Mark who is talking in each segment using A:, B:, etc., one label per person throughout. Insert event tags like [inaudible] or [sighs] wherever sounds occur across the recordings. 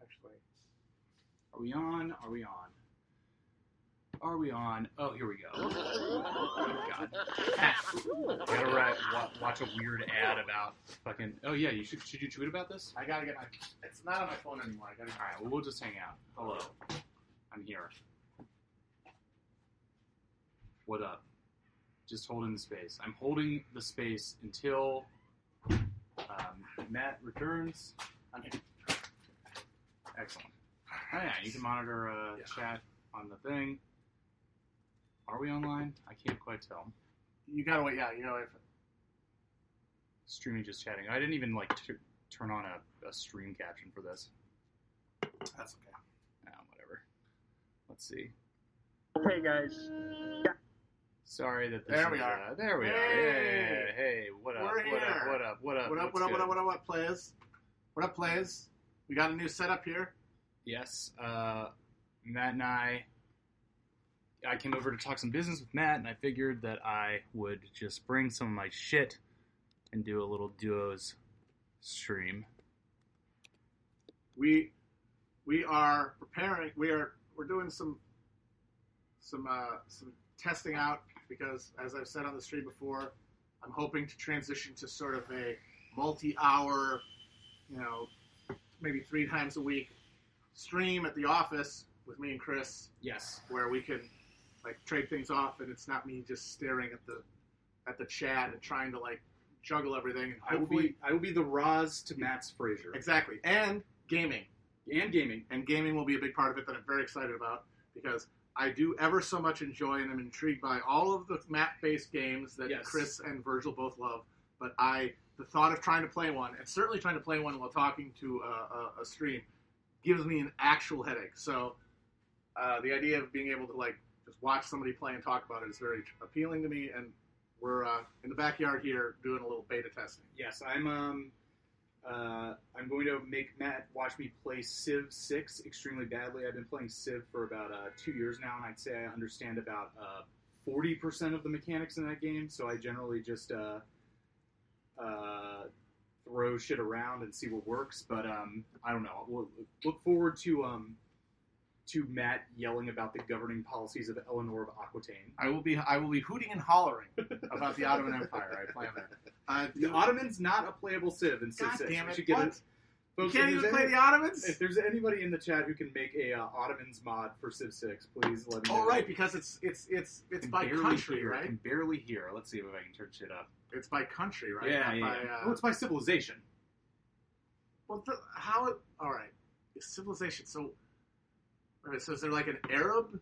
A: Wait. Are we on? Are we on? Are we on? Oh, here we go. Oh, God. Gotta write, wa- watch a weird ad about fucking. Oh, yeah, you should, should you tweet about this?
B: I gotta get my. It's not on my phone anymore. I gotta.
A: All right, well, we'll just hang out. Hello. I'm here. What up? Just holding the space. I'm holding the space until um, Matt returns.
B: Okay.
A: Excellent. Oh, yeah, you can monitor uh,
B: Yeah.
A: chat on the thing. Are we online? I can't quite tell.
B: You gotta wait. Yeah, you know if
A: Streaming just chatting. I didn't even like t- turn on a, a stream caption for this.
B: that's okay.
A: Ah, whatever. Let's see.
C: Hey guys.
A: Sorry that this
B: There
A: is,
B: we are.
A: Uh, there we are.
B: Hey!
A: Hey, hey, what up?
B: We're
A: what up?
B: here.
A: What up? What up?
B: What up?
A: What's
B: What up? What up?
A: Oh, good?
B: What up? What up? Players. What up, players? We got a new setup here.
A: Yes, uh, Matt and I. I came over to talk some business with Matt, and I figured that I would just bring some of my shit and do a little duos stream.
B: We we are preparing. We are we're doing some some uh, some testing out because, as I've said on the stream before, I'm hoping to transition to sort of a multi-hour, you know, maybe three times a week stream at the office with me and Chris.
A: Yes,
B: where we can like trade things off and it's not me just staring at the at the chat and trying to like juggle everything and
A: I will
B: hopefully-
A: be. I will be the Roz to Matt's Fraser
B: exactly and gaming
A: and gaming.
B: and gaming will be a big part of it that I'm very excited about because I do ever so much enjoy and I'm intrigued by all of the map-based games that
A: Yes.
B: Chris and Virgil both love. But I, the thought of trying to play one, and certainly trying to play one while talking to a, a, a stream, gives me an actual headache. So uh, the idea of being able to like just watch somebody play and talk about it is very appealing to me. And we're uh, in the backyard here doing a little beta testing.
A: Yes, I'm. Um, uh, I'm going to make Matt watch me play Civ Six extremely badly. I've been playing Civ for about uh, two years now, and I'd say I understand about uh, forty percent of the mechanics in that game. So I generally just uh, uh, throw shit around and see what works. But um, I don't know. We'll look forward to um, to Matt yelling about the governing policies of Eleanor of Aquitaine.
B: I will be I will be hooting and hollering about the Ottoman Empire. I plan that. Uh,
A: [laughs] The Ottoman's not a playable Civ in Civ
B: God
A: Six.
B: damn
A: We
B: it!
A: should get
B: what?
A: it. Folks,
B: you can't
A: if
B: even
A: there's
B: play
A: any-
B: the Ottomans.
A: If there's anybody in the chat who can make a uh, Ottomans mod for Civ Six, please let me.
B: Oh
A: know.
B: right, because it's it's it's it's
A: Can
B: by
A: barely
B: country,
A: hear,
B: right?
A: Can barely hear. Let's see if I can turn shit up.
B: It's by country, right?
A: Yeah,
B: Not
A: yeah.
B: by,
A: yeah.
B: uh,
A: well, Oh, it's by civilization.
B: well, th- how? It, all right, It's civilization. So, all right. So is there like an Arab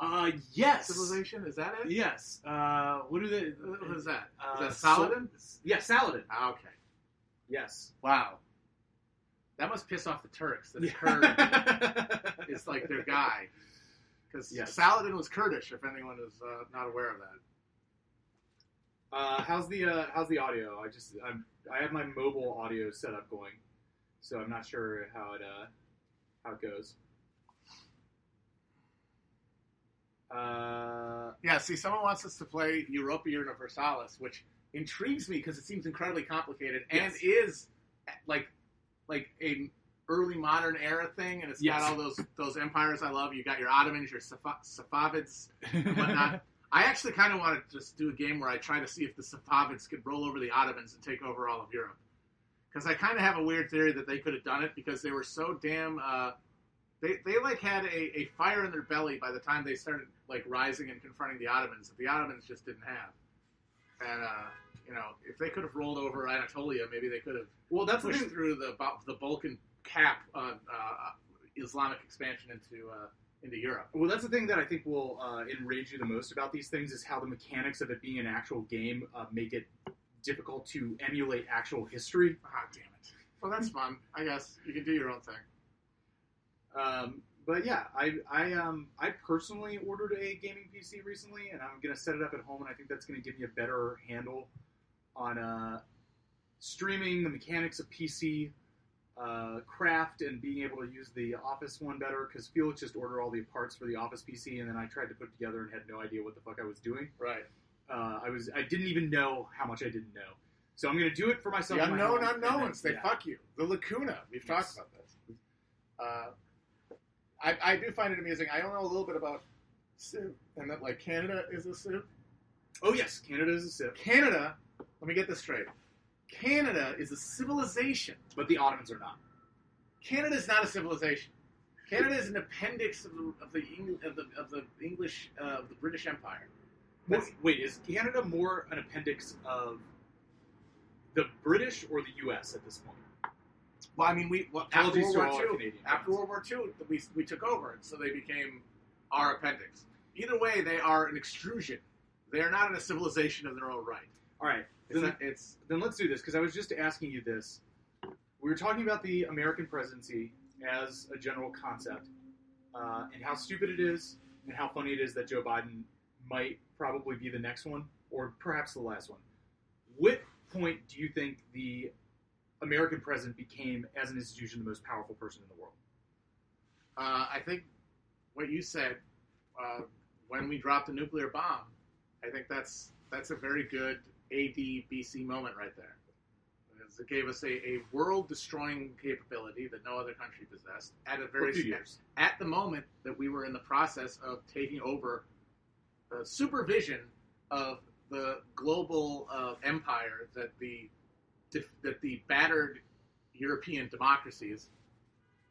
A: Uh, yes.
B: civilization? Is that it?
A: Yes. Uh, what are they?
B: Uh, What is that? Is
A: Uh,
B: that Saladin?
A: yeah, Saladin.
B: Ah, okay.
A: Yes.
B: Wow. That must piss off the Turks. That a
A: [laughs]
B: Kurd
A: Yeah.
B: is like their guy. Because
A: Yes.
B: Saladin was Kurdish, if anyone is uh, not aware of that.
A: uh, how's the uh, how's the audio? I just I'm I have my mobile audio setup going, so I'm not sure how it uh, how it goes. Uh.
B: Yeah, see, someone wants us to play Europa Universalis, which intrigues me because it seems incredibly complicated and
A: Yes.
B: is like like a early modern era thing, and it's
A: Yes.
B: got all those those empires I love. You got your Ottomans, your Safa- Safavids, and [laughs] whatnot. uh, I actually kind of want to just do a game where I try to see if the Safavids could roll over the Ottomans and take over all of Europe. Because I kind of have a weird theory that they could have done it because they were so damn. Uh, they, they like had a, a fire in their belly by the time they started like rising and confronting the Ottomans that the Ottomans just didn't have. And uh, you know, if they could have rolled over Anatolia, maybe they could have
A: Well, that's the
B: pushed
A: thing.
B: through the Ba- the Balkan cap on uh, Islamic expansion into uh, into Europe.
A: Well, that's the thing that I think will uh, enrage you the most about these things is how the mechanics of it being an actual game uh, make it difficult to emulate actual history.
B: Ah, damn it. Well, that's fun. I guess you can do your own thing.
A: Um, but yeah, I I um I personally ordered a gaming PC recently, and I'm gonna set it up at home, and I think that's gonna give me a better handle on uh, streaming the mechanics of PC uh, craft and being able to use the Office one better. Because Felix just ordered all the parts for the Office PC, and then I tried to put it together and had no idea what the fuck I was doing.
B: Right.
A: uh, I was I didn't even know how much I didn't know. So I'm going to do it for myself.
B: The
A: in my
B: unknown
A: home, and then-
B: unknowns. They
A: yeah.
B: fuck you. The lacuna. We've
A: Yes.
B: talked about this. Uh, I, I do find it amusing. I don't know a little bit about Civ, and that like Canada is a Civ.
D: Oh yes, Canada is a Civ,
E: Canada, let me get this straight. Canada is a civilization.
D: but the Ottomans are not.
E: Canada is not a civilization. Canada is an appendix of the of the, Eng- of the, of the English uh, of the British Empire. That's-
D: Wait, wait, is Canada more an appendix of the British or the U.S. at this point?
E: Well, I mean, we well, after
D: Apologies
E: World
D: to all
E: War
D: our
E: II,
D: Canadian
E: after
D: friends.
E: World War II, we, we took over, and so they became our appendix. Either way, they are an extrusion. They are not in a civilization of their own right.
D: All right,
E: It's,
D: then,
E: not, it's
D: then let's do this because I was just asking you this. We were talking about the American presidency as a general concept, uh, and how stupid it is, and how funny it is that Joe Biden might probably be the next one, or perhaps the last one. What point do you think the American president became, as an institution, the most powerful person in the world?
E: uh, I think what you said uh, when we dropped the nuclear bomb. I think that's that's a very good ADBC moment right there. Because It gave us a, a world destroying capability that no other country possessed at a
D: For
E: very
D: a few
E: sca-
D: years.
E: at the moment that we were in the process of taking over the supervision of the global uh, empire that the that the battered European democracies,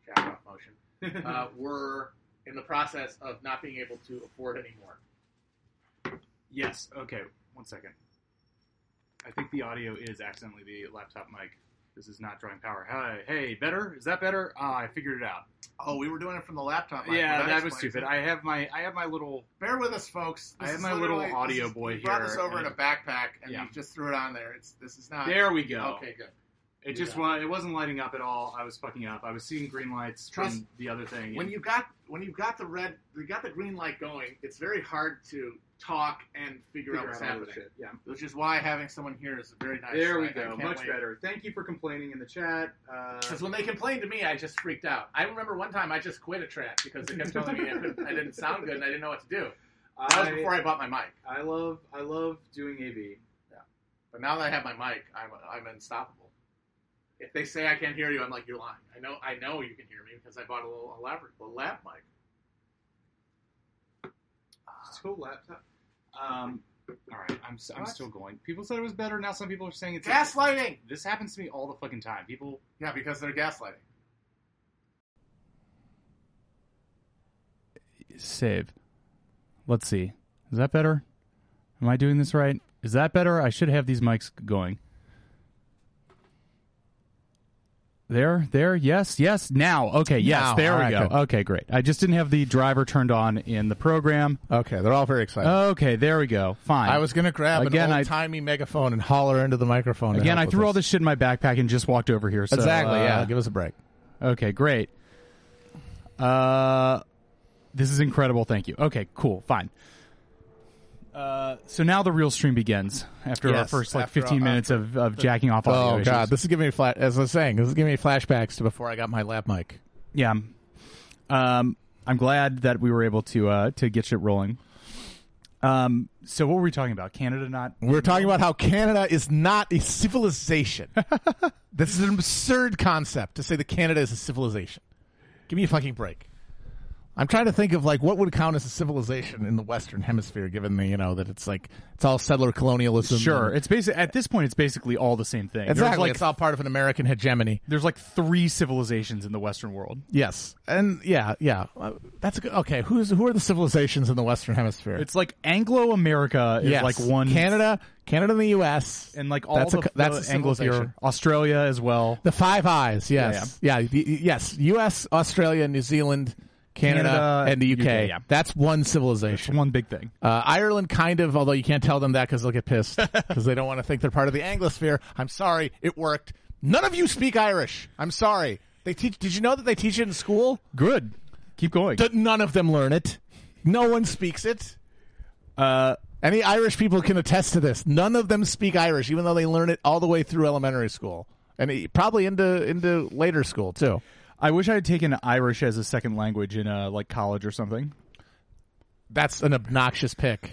E: jack off
B: [laughs]
E: motion, uh, were in the process of not being able to afford anymore.
D: Yes. Okay. One second. I think the audio is accidentally the laptop mic. This is not drawing power. Hey, hey, better? Is that better? Ah, I figured it out.
B: Oh, we were doing it from the laptop. Mike.
D: yeah,
B: Well,
D: that, was
B: explains
D: stupid.
B: it.
D: I have my I have my little
B: Bear with us, folks.
D: I
B: This
D: have
B: is
D: my little
B: literally-
D: audio
B: this is-
D: boy
B: you Brought
D: here,
B: this over in a
D: and-
B: backpack, and
D: Yeah.
B: you just threw it on there. It's this is not.
D: There we go.
E: Okay, good.
D: It just
B: Yeah.
D: wa- it wasn't lighting up at all. I was fucking up. I was seeing green lights from
E: Trust-
D: the other thing.
E: When you got when you've got the red, you got the green light going. It's very hard to talk and figure,
D: figure
E: out what's
D: out all this
E: happening.
D: shit. Yeah.
B: Which is why having someone here is very nice.
D: There we
B: I- I
D: go.
B: can't
D: Much
B: wait.
D: better. Thank you for complaining in the chat. Uh,
E: Because when they complained to me, I just freaked out. I remember one time I just quit a track because they kept telling me I, couldn't, I didn't sound good and I didn't know what to do. That was
D: I,
E: before I bought my mic.
D: I love I love doing AV.
E: But now that I have my mic, I'm, I'm unstoppable. If they say I can't hear you, I'm like, you're lying. I know I know you can hear me because I bought a little a lab, a lab mic.
D: Still laptop. Um, all right, I'm s- I'm
B: What?
D: still going. People said it was better. Now some people are saying it's
B: Gaslighting.
D: This happens to me all the fucking time. People,
B: Yeah, because they're gaslighting.
A: save. Let's see. Is that better? Am I doing this right? Is that better? I should have these mics going. There, there, yes, yes, now. Okay, yes,
B: Now.
A: there
B: All
A: we
B: right,
A: go.
B: good.
A: Okay, great. I just didn't have the driver turned on in the program.
B: Okay, they're all very excited.
A: Okay, there we go. Fine.
B: I was gonna grab
A: Again,
B: an
A: I-
B: old timey megaphone and holler into the microphone. to
A: Again,
B: help
A: I
B: with
A: threw all this shit in my backpack and just walked over here. So,
B: exactly.
A: uh,
B: yeah, give us a break.
A: Okay, great. Uh, this is incredible. Thank you. Okay, cool. Fine. Uh, so now the real stream begins after our
B: Yes,
A: first like
B: after
A: 15
B: all-
A: minutes of, of jacking off. audio
B: Oh
A: issues.
B: God, this is giving me flash. As I was saying, this is giving me flashbacks to before I got my lap mic.
A: yeah. Um, I'm glad that we were able to uh to get shit rolling. Um, so what were we talking about? Canada not?
B: We We're talking about how Canada is not a civilization. [laughs] this is an absurd concept to say that Canada is a civilization. Give me a fucking break. I'm trying to think of like what would count as a civilization in the Western Hemisphere, given the you know that it's like it's all settler colonialism.
A: Sure,
B: and-
A: it's basically at this point it's basically all the same thing. There's
B: exactly.
A: like
B: it's all part of an American hegemony.
A: there's like three civilizations in the Western world.
B: Yes, and yeah, yeah. Uh, That's a good. Okay, who's who are the civilizations in the Western Hemisphere?
A: It's like Anglo America is
B: Yes.
A: like one
B: Canada, Canada, and the U.S.
A: and like all
B: That's a
A: the,
B: co- that's a
A: the Anglo
B: civilization.
A: Australia as well.
B: The Five Eyes, yes, yeah, the- yes, U.S., Australia, New Zealand, Canada,
A: Canada,
B: and the U.K.
A: UK, yeah.
B: That's one civilization.
A: One big thing.
B: Uh, Ireland, kind of, although you can't tell them that because they'll get
A: [laughs]
B: pissed because they don't want to think they're part of the Anglosphere. I'm sorry, it worked. None of you speak Irish. I'm sorry. They teach. Did you know that they teach it in school?
A: Good. Keep going.
B: That none of them learn it. No one speaks it.
A: Uh,
B: Any Irish people can attest to this. None of them speak Irish, even though they learn it all the way through elementary school and it- probably into into later school too.
A: I wish I had taken Irish as a second language in uh, like college or something.
B: That's an obnoxious [laughs] pick.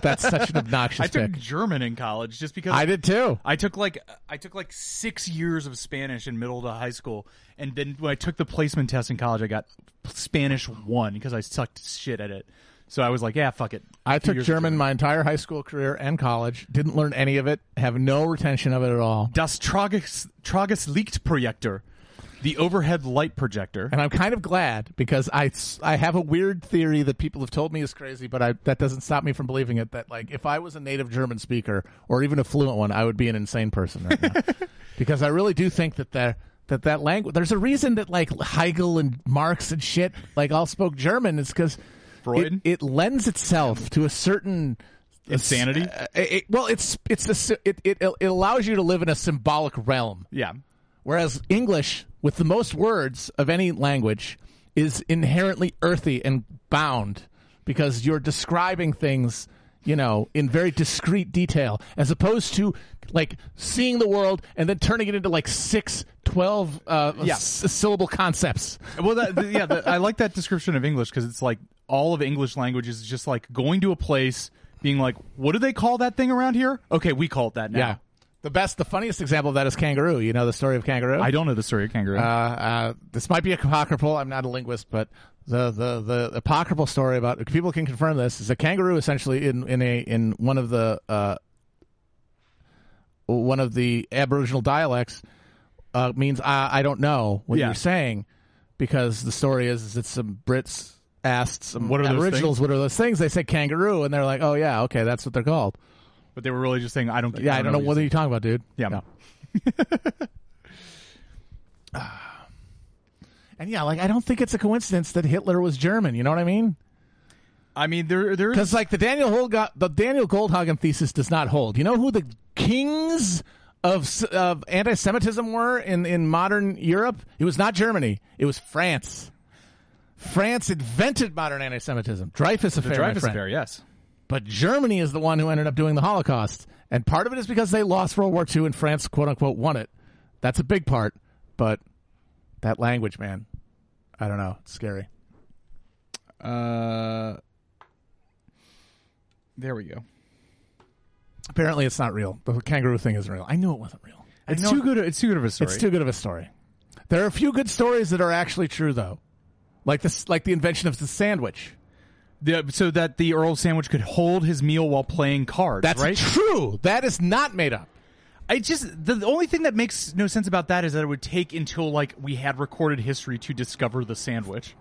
B: That's such an obnoxious
A: I took
B: pick.
A: German in college just because
B: I did too.
A: I took like I took like six years of Spanish in middle to high school, and then when I took the placement test in college, I got Spanish one because I sucked shit at it. So I was like, yeah, fuck it.
B: I
A: Two
B: took
A: years of
B: German my entire high school career and college. Didn't learn any of it. Have no retention of it at all.
A: Das Trages Trageslicht Projektor, the overhead light projector.
B: And I'm kind of glad because I, s- I have a weird theory that people have told me is crazy, but I, that doesn't stop me from believing it. That like if I was a native German speaker or even a fluent one, I would be an insane person right
A: [laughs]
B: now. because I really do think that the, that that language. There's a reason that like Hegel and Marx and shit like all spoke German. It's because
A: Freud?
B: It, it lends itself to a certain
A: Insanity?
B: Uh, it- well, it's it's a, s- it, it it allows you to live in a symbolic realm.
A: Yeah,
B: Whereas English, with the most words of any language, is inherently earthy and bound because you're describing things, you know, in very discrete detail, as opposed to like seeing the world and then turning it into like six, 12 uh,
A: Yeah.
B: s- syllable concepts.
A: well, that, th- yeah, that, I like that description of English because it's like all of English language is just like going to a place, being like, what do they call that thing around here? Okay, we call it that now.
B: Yeah. The best, the funniest example of that is kangaroo. You know the story of kangaroo?
A: I don't know the story of kangaroo.
B: uh, this might be apocryphal. I'm not a linguist, but the, the, the apocryphal story about people can confirm this is a kangaroo essentially in, in a in one of the uh, one of the Aboriginal dialects uh, means I, I don't know what
A: Yeah.
B: you're saying because the story is, is that some Brits asked some
A: What are those
B: Aboriginals what are those things they said kangaroo and they're like oh yeah okay that's what they're called
A: but they were really just saying, I don't.
B: yeah I don't know what are you talking about dude
A: Yeah.
B: No. And yeah, like I don't think it's a coincidence that Hitler was German. You know what I mean?
A: I mean, there there is
B: Because like the Daniel Holga- the Daniel Goldhagen thesis does not hold. You know who the kings of s- of anti-Semitism were in in modern Europe? It was not Germany. It was France. France invented modern anti-Semitism. Dreyfus affair,
A: the
B: my
A: Dreyfus
B: friend.
A: affair. Yes,
B: But Germany is the one who ended up doing the Holocaust. And part of it is because they lost World War II and France, quote unquote, won it. That's a big part. But that language, man, I don't know. It's scary.
A: Uh, there we go.
B: Apparently, it's not real. The kangaroo thing isn't real. I knew it wasn't real.
A: It's
B: know-
A: too good. It's too good of a story.
B: It's too good of a story. There are a few good stories that are actually true, though, like this, like the invention of the sandwich.
A: The- so that the Earl sandwich could hold his meal while playing cards.
B: That's
A: right.
B: true. That is not made up.
A: I just the, the only thing that makes no sense about that is that it would take until like we had recorded history to discover the sandwich.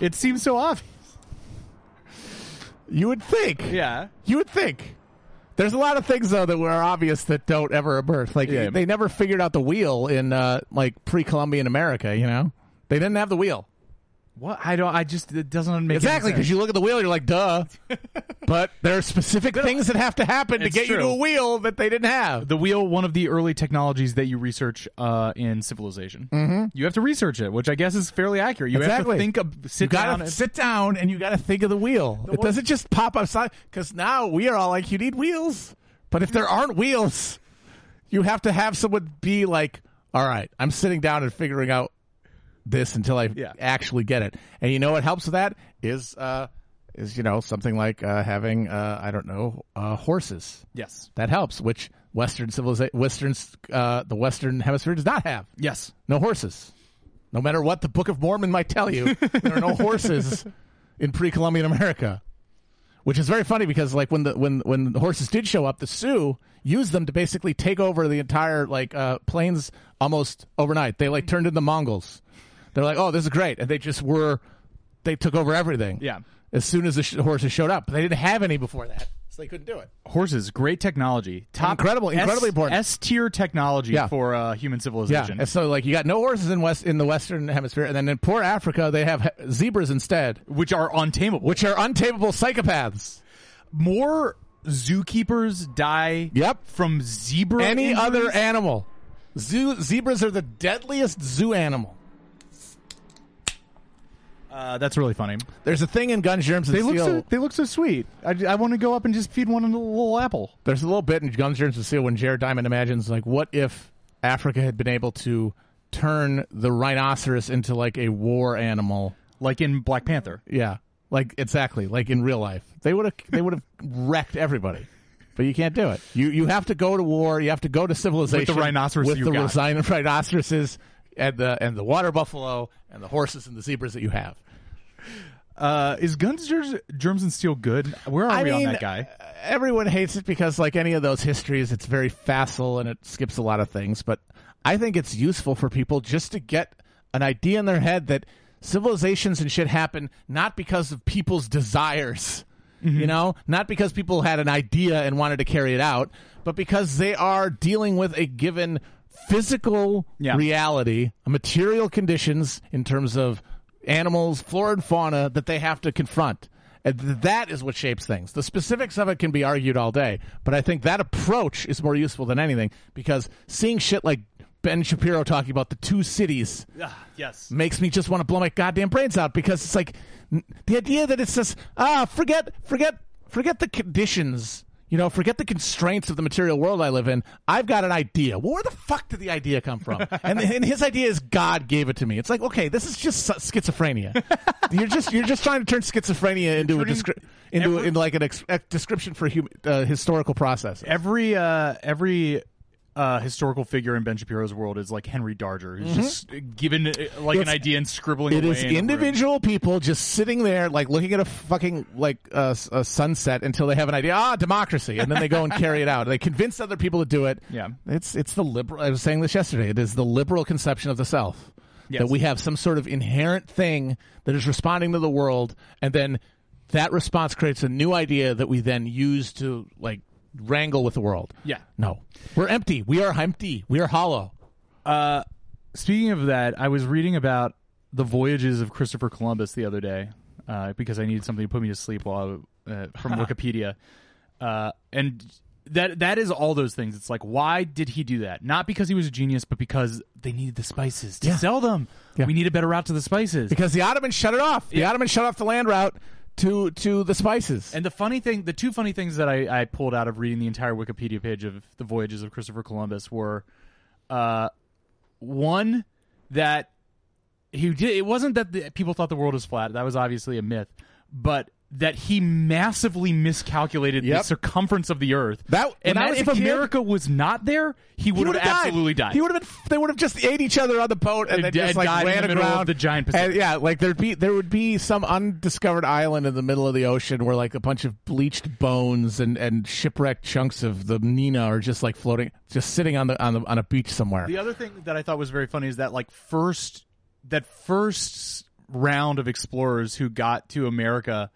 A: It seems so obvious.
B: You would think.
A: Yeah.
B: You would think. There's a lot of things though that were obvious that don't ever emerge. Like
A: Yeah.
B: they never figured out the wheel in uh, like pre-Columbian America. You know, they didn't have the wheel
A: What I don't. I just it doesn't make
B: exactly
A: Any
B: because
A: sense.
B: you look at the wheel, you're like, [laughs] duh. but there are specific things that have to happen to
A: It's
B: get you to
A: true.
B: a wheel that they didn't have.
A: the wheel, one of the early technologies that you research uh, in civilization. Mm-hmm. You have to research it, which I guess is fairly accurate. You have
B: Exactly.
A: to think of sit
B: you gotta
A: down. and-
B: sit down and you gotta think of the wheel. it
A: one-
B: doesn't just pop outside because now we are all like, you need wheels. But if there aren't wheels, you have to have someone be like, all right, I'm sitting down and figuring out this until I
A: Yeah.
B: actually get it. And you know what helps with that is uh is you know something like uh, having uh, I don't know uh, horses
A: yes.
B: that helps, which Western civilization, Western uh, the Western Hemisphere does not have.
A: Yes.
B: No horses. No matter what the Book of Mormon might tell you, there are no horses in pre-Columbian America. Which is very funny because like when the when when the horses did show up, the Sioux used them to basically take over the entire like uh, plains almost overnight. They like turned into Mongols. They're like, oh, this is great, and they just were. They took over everything.
A: Yeah.
B: As soon as the sh- horses showed up, but they didn't have any before that, so they couldn't do it.
A: Horses, great technology. Top
B: Incredible- incredibly
A: S,
B: important.
A: S tier technology
B: Yeah.
A: for uh, human
B: Yeah,
A: civilization.
B: and so like you got no horses in west in the Western Hemisphere, and then in poor Africa they have he- zebras instead.
A: which are untameable.
B: which are untamable psychopaths.
A: more zookeepers die
B: Yep.
A: from zebra
B: Any
A: injuries?
B: other animal. Zoo, zebras are the deadliest zoo animal.
A: uh, that's really funny.
B: There's a thing in Guns, Germs, and
A: They look
B: Steel.
A: so they look so sweet. I, I want to go up and just feed one a little apple.
B: There's a little bit in Guns, Germs, and Steel when Jared Diamond imagines, like, what if Africa had been able to turn the rhinoceros into, like, a war animal?
A: Like in Black Panther.
B: Yeah. Like exactly, like in real life, they would have they would have wrecked everybody. But you can't do it. You you have to go to war. You have to go to civilization
A: rhinoceros
B: with
A: you
B: the
A: got.
B: rhino- rhinoceroses and the and the water buffalo and the horses and the zebras that you have.
A: Uh, is Guns, Germs, Germs, and Steel good? Where are
B: I
A: we
B: mean, uh,
A: on that [sighs] guy?
B: Everyone hates it because, like any of those histories, it's very facile and it skips a lot of things. But I think it's useful for people just to get an idea in their head that civilizations and shit happen not because of people's desires,
A: Mm-hmm.
B: you know, not because people had an idea and wanted to carry it out, but because they are dealing with a given physical
A: Yeah.
B: reality, material conditions in terms of animals, flora and fauna that they have to confront. And th- that is what shapes things. The specifics of it can be argued all day, but I think that approach is more useful than anything because seeing shit like Ben Shapiro talking about the two cities
A: Ah, yes.
B: makes me just want to blow my goddamn brains out because it's like n- the idea that it's just ah forget forget forget the conditions you know forget the constraints of the material world i live in i've got an idea well, where the fuck did the idea come
A: [laughs]
B: from and, and his idea is god gave it to me it's like okay this is just s-
A: [laughs]
B: schizophrenia you're just you're just trying to turn schizophrenia into a
A: Turning
B: descri- into, a
A: every-
B: into like an ex- a description for hum- uh, historical process
A: Every uh, every uh, historical figure in Ben Shapiro's world is like Henry Darger, who's just given uh, like an
B: Mm-hmm. It's-
A: idea and scribbling.
B: It
A: away
B: is
A: in a room.
B: individual people just sitting there, like looking at a fucking like uh, s- a sunset until they have an idea. Ah, democracy, and then they go and carry it out. They convince other people to do it.
A: Yeah.
B: it's it's the liberal. I was saying this yesterday. It is the liberal conception of the self
A: Yes.
B: that we have some sort of inherent thing that is responding to the world, and then that response creates a new idea that we then use to like wrangle with the world.
A: Yeah.
B: no, we're empty. We are empty. We are hollow.
A: Speaking of that, I was reading about the voyages of Christopher Columbus the other day uh, because I needed something to put me to sleep while I, uh,
B: [laughs]
A: from Wikipedia, uh, and that that is all those things. It's like why did he do that? Not because he was a genius, but because they needed the spices to
B: Yeah.
A: sell them.
B: Yeah.
A: We need a better route to the spices.
B: because the Ottomans shut it off. The Ottomans shut off the land route to to the spices.
A: And the funny thing, the two funny things that I, I pulled out of reading the entire Wikipedia page of the voyages of Christopher Columbus were, uh, one that he did. It wasn't that the, people thought the world was flat. That was obviously a myth, but that he massively miscalculated the
B: Yep.
A: circumference of the Earth.
B: That- when
A: and
B: I
A: that
B: was a
A: if
B: kid-
A: America was not there, he would
B: would've
A: have absolutely died.
B: He would have been. They would have just ate each other on the boat and,
A: And
B: then just
A: d-
B: like
A: died in
B: ran
A: the middle of
B: aground
A: the giant
B: And,
A: Pacific.
B: yeah, like there'd be there would be some undiscovered island in the middle of the ocean where like a bunch of bleached bones and and shipwrecked chunks of the Nina are just like floating, just sitting on the on the on a beach somewhere.
A: The other thing that I thought was very funny is that like first that first round of explorers who got to America,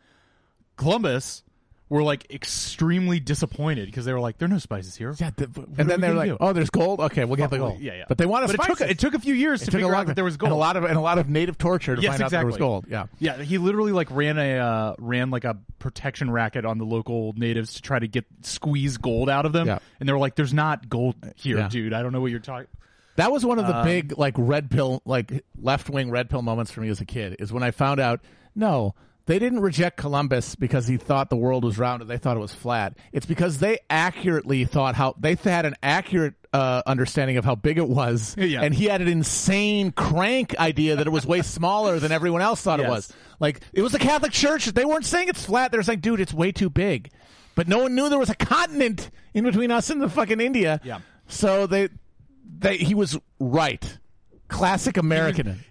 A: Columbus were like extremely disappointed because they were like, "There are no spices here."
B: yeah, the-
A: are
B: and then
A: we
B: they're
A: gonna
B: like,
A: do?
B: "Oh, there's gold. Okay, we'll get the
A: well,
B: gold."
A: yeah, yeah.
B: But they wanted
A: But it
B: spices.
A: took it took a few years to
B: It took
A: figure
B: a lot
A: out that there was gold.
B: and a lot of and a lot of native torture to
A: Yes,
B: find out there was
A: exactly.
B: gold. Yeah.
A: Yeah, he literally like ran a uh, ran like a protection racket on the local natives to try to get squeeze gold out of them,
B: Yeah.
A: and they were like, "There's not gold here,
B: Yeah.
A: dude. I don't know what you're talking."
B: That was one of
A: Um,
B: the big like red pill like left wing red pill moments for me as a kid is when I found out no they didn't reject Columbus because he thought the world was round and they thought it was flat. It's because they accurately thought how they had an accurate uh, understanding of how big it was,
A: Yeah.
B: and he had an insane crank idea that it was way smaller than everyone else thought it
A: Yes.
B: was. Like it was the Catholic Church; they weren't saying it's flat. They were saying, "Dude, it's way too big," but no one knew there was a continent in between us and the fucking India.
A: Yeah.
B: So they that he was right. Classic American.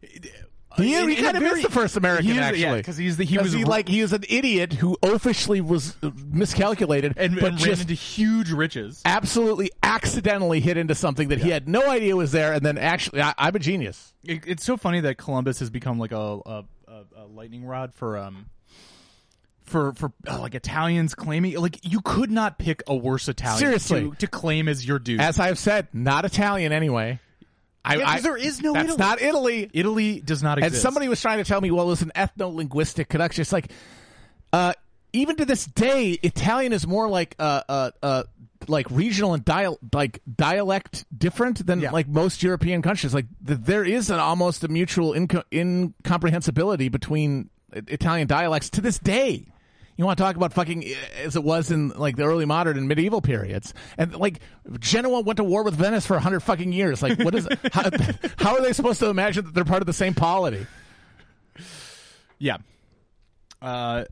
B: He,
A: in-
B: he
A: in a
B: kind of
A: very-
B: is the first American,
A: he is- yeah,
B: actually,
A: 'cause he's the- he was
B: he,
A: r-
B: like he was an idiot who oafishly was uh, miscalculated,
A: And,
B: but
A: and ran
B: just
A: into huge riches.
B: absolutely accidentally hit into something that he had no idea was there, and then actually, I, I'm a genius.
A: It, it's so funny that Columbus has become like a a, a, a lightning rod for um for for uh, like Italians claiming like you could not pick a worse Italian
B: Seriously.
A: to, to claim as your dude.
B: As I've said, not Italian anyway. I,
A: Yeah, 'cause
B: I-
A: there is no
B: that's
A: Italy.
B: not Italy.
A: Italy does not
B: And
A: exist.
B: somebody was trying to tell me, well, it's an ethno linguistic connection. It's like, uh, even to this day, Italian is more like uh, uh, uh, like regional and dial like dialect different than
A: Yeah.
B: like most European countries. Like th- there is an almost a mutual inco- incomprehensibility between I- Italian dialects to this day. You want to talk about fucking uh, as it was in like the early modern and medieval periods, and like Genoa went to war with Venice for hundred fucking years. Like, what is [laughs] how, how are they supposed to imagine that they're part of the same polity?
A: yeah. Uh,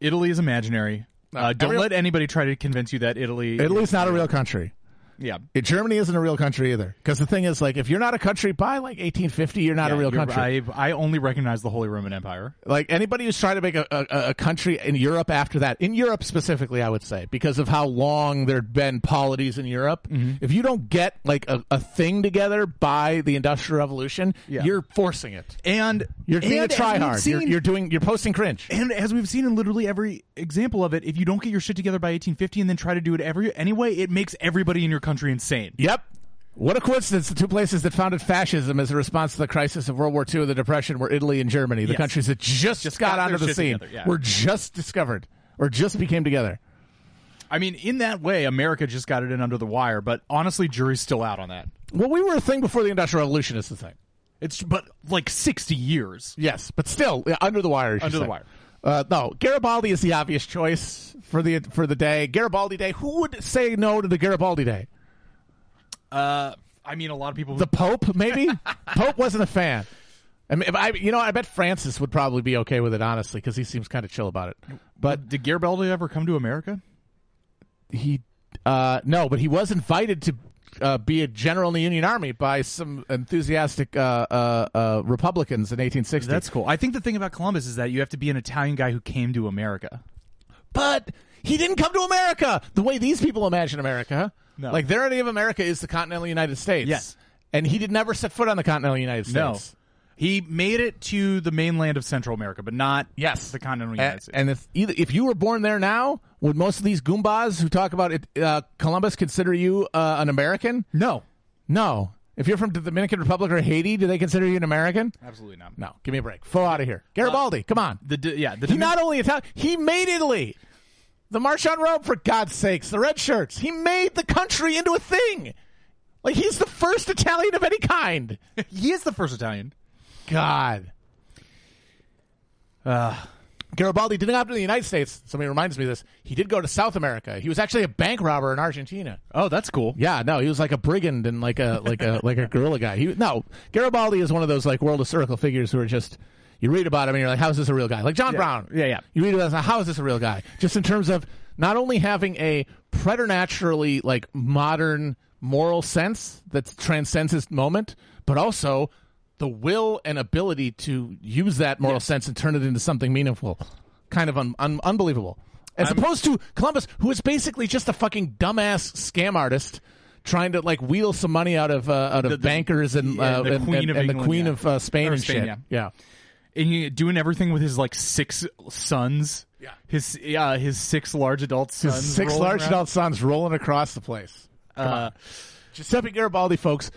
A: Italy is imaginary. Uh, don't
B: every-
A: let anybody try to convince you that Italy.
B: Italy's not a real country.
A: Yeah.
B: It- Germany isn't a real country either. Because the thing is, like, if you're not a country by like 1850, you're not a
A: Yeah,
B: real
A: you're-
B: country.
A: I, I only recognize the Holy Roman Empire.
B: Like anybody who's trying to make a, a, a country in Europe after that, in Europe specifically, I would say, because of how long there'd been polities in Europe,
A: Mm-hmm.
B: if you don't get like a, a thing together by the Industrial Revolution,
A: Yeah.
B: you're forcing it.
A: And
B: You're being a
A: and as
B: try
A: we've
B: hard. You're,
A: seen-
B: you're doing. You're posting cringe.
A: and as we've seen in literally every example of it, if you don't get your shit together by 1850 and then try to do it every anyway, it makes everybody in your country insane.
B: Yep. What a coincidence! The two places that founded fascism as a response to the crisis of World War II and the Depression were Italy and Germany, the
A: Yes.
B: countries that just, got,
A: got
B: onto
A: their
B: the
A: shit
B: scene,
A: together, yeah.
B: were just discovered or just became together.
A: I mean, in that way, America just got it in under the wire. But honestly, jury's still out on that.
B: Well, we were a thing before the Industrial Revolution is the thing.
A: It's but like 60 years.
B: Yes, but still yeah, under the wire. you should
A: Under the
B: say.
A: wire.
B: Uh, no, Garibaldi is the obvious choice for the for the day. Garibaldi Day. Who would say no to the Garibaldi Day?
A: Uh, I mean, a lot of [laughs] people.
B: The Pope, maybe. Pope wasn't a fan. I mean, if I you know I bet Francis would probably be okay with it honestly because he seems kind of chill about it. But
A: did Garibaldi ever come to America?
B: he uh, no, but he was invited to uh, be a general in the Union Army by some enthusiastic uh, uh, uh, Republicans in 1860.
A: That's cool. I think the thing about Columbus is that you have to be an Italian guy who came to America.
B: but he didn't come to America the way these people imagine America.
A: No.
B: Like their idea of America is the continental United States.
A: Yes.
B: And he did never set foot on the continental United
A: No.
B: States.
A: He made it to the mainland of Central America, but not
B: Yes.
A: the continental
B: A-
A: United States.
B: And if either, if you were born there now, would most of these Goombas who talk about it, uh, Columbus consider you uh, an American?
A: no,
B: No. If you're from the Dominican Republic or Haiti, do they consider you an American?
A: absolutely not.
B: No. Give me a break. Flow out of here. Garibaldi, come on.
A: The d- yeah, the
B: He
A: Domin-
B: not only Italian, he made Italy. The March on Rome, for God's sakes, the red shirts. He made the country into a thing. Like he's the first Italian of any kind.
A: he is the first Italian.
B: God. Uh, Garibaldi didn't come to the United States. Somebody reminds me of this. He did go to South America. He was actually a bank robber in Argentina.
A: Oh, that's cool.
B: Yeah, no, he was like a brigand and like a like a like a guerrilla guy. He no, Garibaldi is one of those like world historical figures who are just you read about him and you're like, how is this a real guy? Like John Brown.
A: Yeah, yeah.
B: You read about this, how is this a real guy? Just in terms of not only having a preternaturally like modern moral sense that transcends his moment, but also the will and ability to use that moral sense and turn it into something meaningful. Kind of un- un- unbelievable. As opposed to Columbus, who is basically just a fucking dumbass scam artist trying to like wheel some money out of uh, out of
A: the-
B: bankers and,
A: yeah,
B: uh,
A: the
B: and,
A: Queen
B: and-
A: of
B: and the
A: England,
B: Queen
A: yeah.
B: of uh, Spain
A: Or
B: and
A: Spain,
B: shit.
A: yeah.
B: yeah.
A: and he doing everything with his like six sons.
B: Yeah.
A: his yeah his six large adult
B: His
A: sons.
B: six
A: rolling
B: large
A: around.
B: adult sons rolling across the place.
A: Uh,
B: Giuseppe Garibaldi, folks,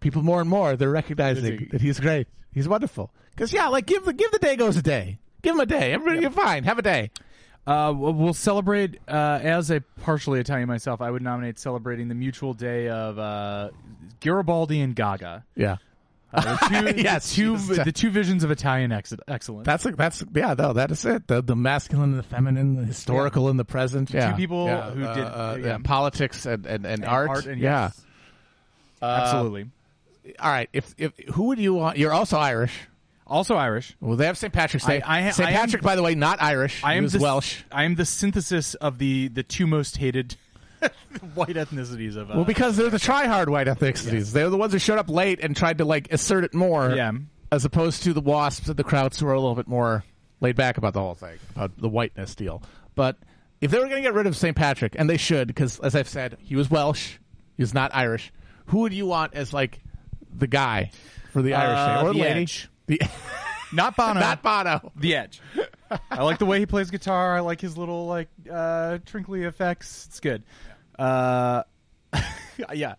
B: people more and more they're recognizing that he's great. He's wonderful. Because yeah, like give the give the day goes a day. Give him a day. Everybody, you're fine. Have a day.
A: uh, we'll we'll celebrate uh, as a partially Italian myself. I would nominate celebrating the mutual day of uh, Garibaldi and Gaga.
B: Yeah,
A: Uh,
B: [laughs]
A: the two,
B: Yes,
A: the
B: Jesus.
A: two, the two visions of Italian ex- excellence.
B: that's that's yeah. No, that is it. The, the masculine and the feminine, the historical and the present. Yeah,
A: people
B: Yeah,
A: who
B: uh,
A: did-
B: uh,
A: yeah.
B: yeah, politics and and, and,
A: And
B: art.
A: and
B: yeah.
A: yes. absolutely.
B: All right. If if who would you want? You're also Irish.
A: Also Irish.
B: Well, they have St. Patrick's Day.
A: I- I-
B: St.
A: I am-
B: Patrick, by the way, not Irish.
A: I
B: He
A: am
B: was
A: the,
B: Welsh.
A: I am the synthesis of the the two most hated [laughs] white ethnicities of. Uh,
B: Well, because they're the try-hard white ethnicities. They're the ones who showed up late and tried to like assert it more,
A: Yeah.
B: as opposed to the wasps and the krauts who are a little bit more laid back about the whole thing, about the whiteness deal. But if they were going to get rid of St. Patrick, and they should, because as I've said, he was Welsh, he was not Irish. Who would you want as like the guy for the Irish
A: Uh,
B: thing or
A: the
B: lady?
A: Edge.
B: The,
A: not Bono.
B: [laughs] not Bono.
A: The Edge. I like the way he plays guitar. I like his little like uh trinkly effects. It's good. Uh [laughs] yeah.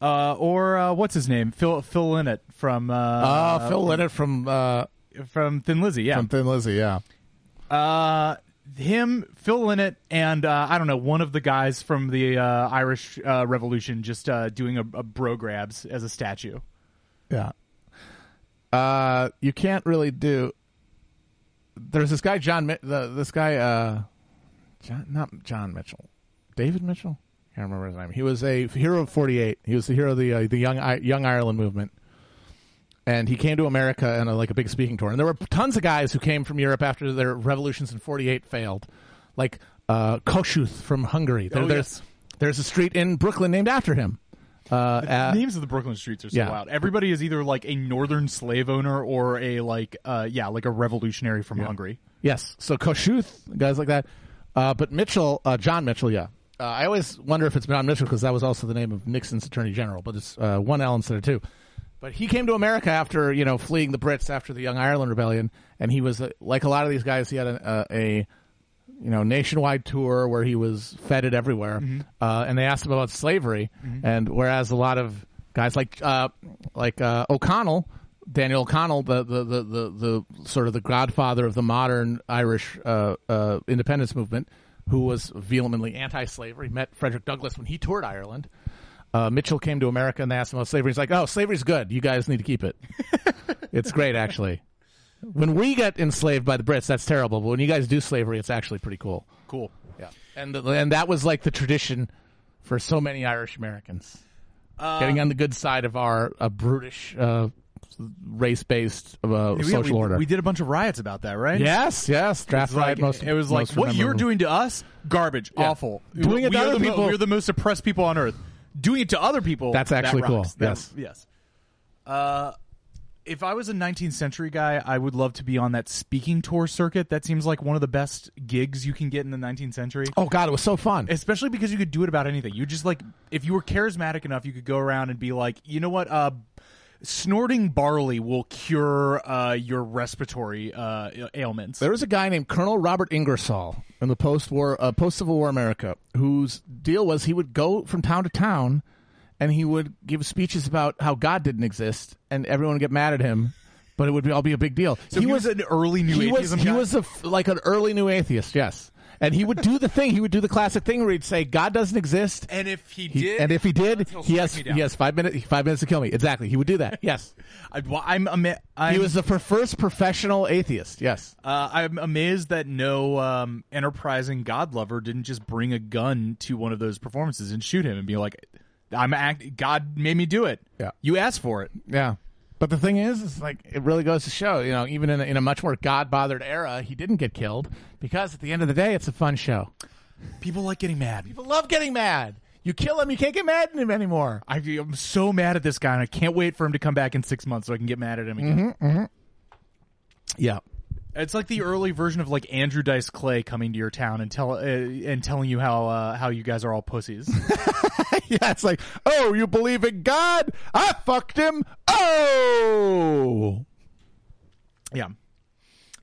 A: Uh or uh what's his name? Phil Phil Lynott from uh,
B: Uh, Phil Leonard from uh,
A: from Thin Lizzy, yeah.
B: from Thin Lizzy. Yeah.
A: uh him, Phil Lynott, and uh, I don't know one of the guys from the uh, Irish uh, Revolution just uh, doing a, a bro grabs as a statue.
B: Yeah. Uh, you can't really do. There's this guy John. Mi- The, this guy, uh, John, not John Mitchell, David Mitchell. I can't remember his name. He was a hero of '48. He was the hero of the uh, the young I- young Ireland movement. and he came to America and like a big speaking tour. And there were tons of guys who came from Europe after their revolutions in '48 failed, like uh, Kossuth from Hungary. There-
A: Oh,
B: there's
A: yes.
B: there's a street in Brooklyn named after him. Uh, uh,
A: Names of the Brooklyn streets are so
B: Yeah.
A: wild. Everybody is either like a northern slave owner or a like uh yeah, like a revolutionary from Hungary.
B: Yes. So Kossuth, guys like that. Uh, but Mitchell, uh, John Mitchell, yeah. Uh, I always wonder if it's John Mitchell because that was also the name of Nixon's attorney general, but it's uh, one L instead of two. But he came to America after, you know, fleeing the Brits after the Young Ireland Rebellion. And he was, uh, like a lot of these guys, he had an, uh, a, you know, nationwide tour where he was feted everywhere. Uh, and they asked him about slavery. And whereas a lot of guys like, uh, like uh, O'Connell, Daniel O'Connell, the, the, the, the, the sort of the godfather of the modern Irish uh, uh, independence movement, who was vehemently anti slavery, met Frederick Douglass when he toured Ireland. Uh, Mitchell came to America and they asked him about slavery. He's like, oh, slavery's good. You guys need to keep it. it's great, actually. When we get enslaved by the Brits, that's terrible. But when you guys do slavery, it's actually pretty cool.
A: Cool.
B: Yeah, and the, and that was like the tradition for so many Irish Americans,
A: Uh,
B: getting on the good side of our uh, brutish, uh, race-based uh,
A: Yeah, we-
B: social
A: we,
B: order.
A: We did a bunch of riots about that, right?
B: yes, yes, draft
A: It's like,
B: right. Most
A: it was like
B: most
A: what you're
B: rememberable.
A: doing to us, garbage, awful.
B: Doing it
A: we
B: to
A: are
B: other
A: the mo-
B: people-
A: we're the most oppressed people on earth. Doing it to other people.
B: That's
A: that
B: actually cool.
A: rocks. That-
B: Yes.
A: yes. Uh, if I was a 19th century guy, I would love to be on that speaking tour circuit. That seems like one of the best gigs you can get in the 19th century.
B: Oh God, it was so fun.
A: especially because you could do it about anything. You just like if you were charismatic enough, you could go around and be like, you know what, uh, snorting barley will cure uh, your respiratory uh, ailments.
B: There was a guy named Colonel Robert Ingersoll in the post-war, uh, post-Civil War America, whose deal was he would go from town to town, and he would give speeches about how God didn't exist, and everyone would get mad at him, but it would be, all be a big deal.
A: he was an early New
B: he
A: Atheism
B: was, He
A: guy?
B: was a f like an early new atheist, yes. And he would do the thing. He would do the classic thing where he'd say, "God doesn't exist."
A: and if he
B: He-
A: did,
B: and if he did,
A: he'll
B: he
A: strike
B: has
A: me down.
B: he has five minutes five minutes to kill me. Exactly, he would do that.
A: [laughs]
B: Yes,
A: I, well, I'm, ama- I'm
B: he was the fir- first professional atheist. Yes,
A: Uh, I'm amazed that no um, enterprising god lover didn't just bring a gun to one of those performances and shoot him and be like, "I'm act. God made me do it.
B: Yeah.
A: You asked for it."
B: Yeah. But the thing is, it's like it really goes to show, you know, even in a, in a much more God bothered era, he didn't get killed because at the end of the day, it's a fun show.
A: People like getting mad.
B: People love getting mad. You kill him, you can't get mad at him anymore.
A: I, I'm so mad at this guy, and I can't wait for him to come back in six months so I can get mad at him again.
B: Yeah. [laughs]
A: It's like the early version of like Andrew Dice Clay coming to your town and tell uh, and telling you how uh, how you guys are all pussies.
B: yeah, it's like, oh, you believe in God? I fucked him. Oh.
A: yeah,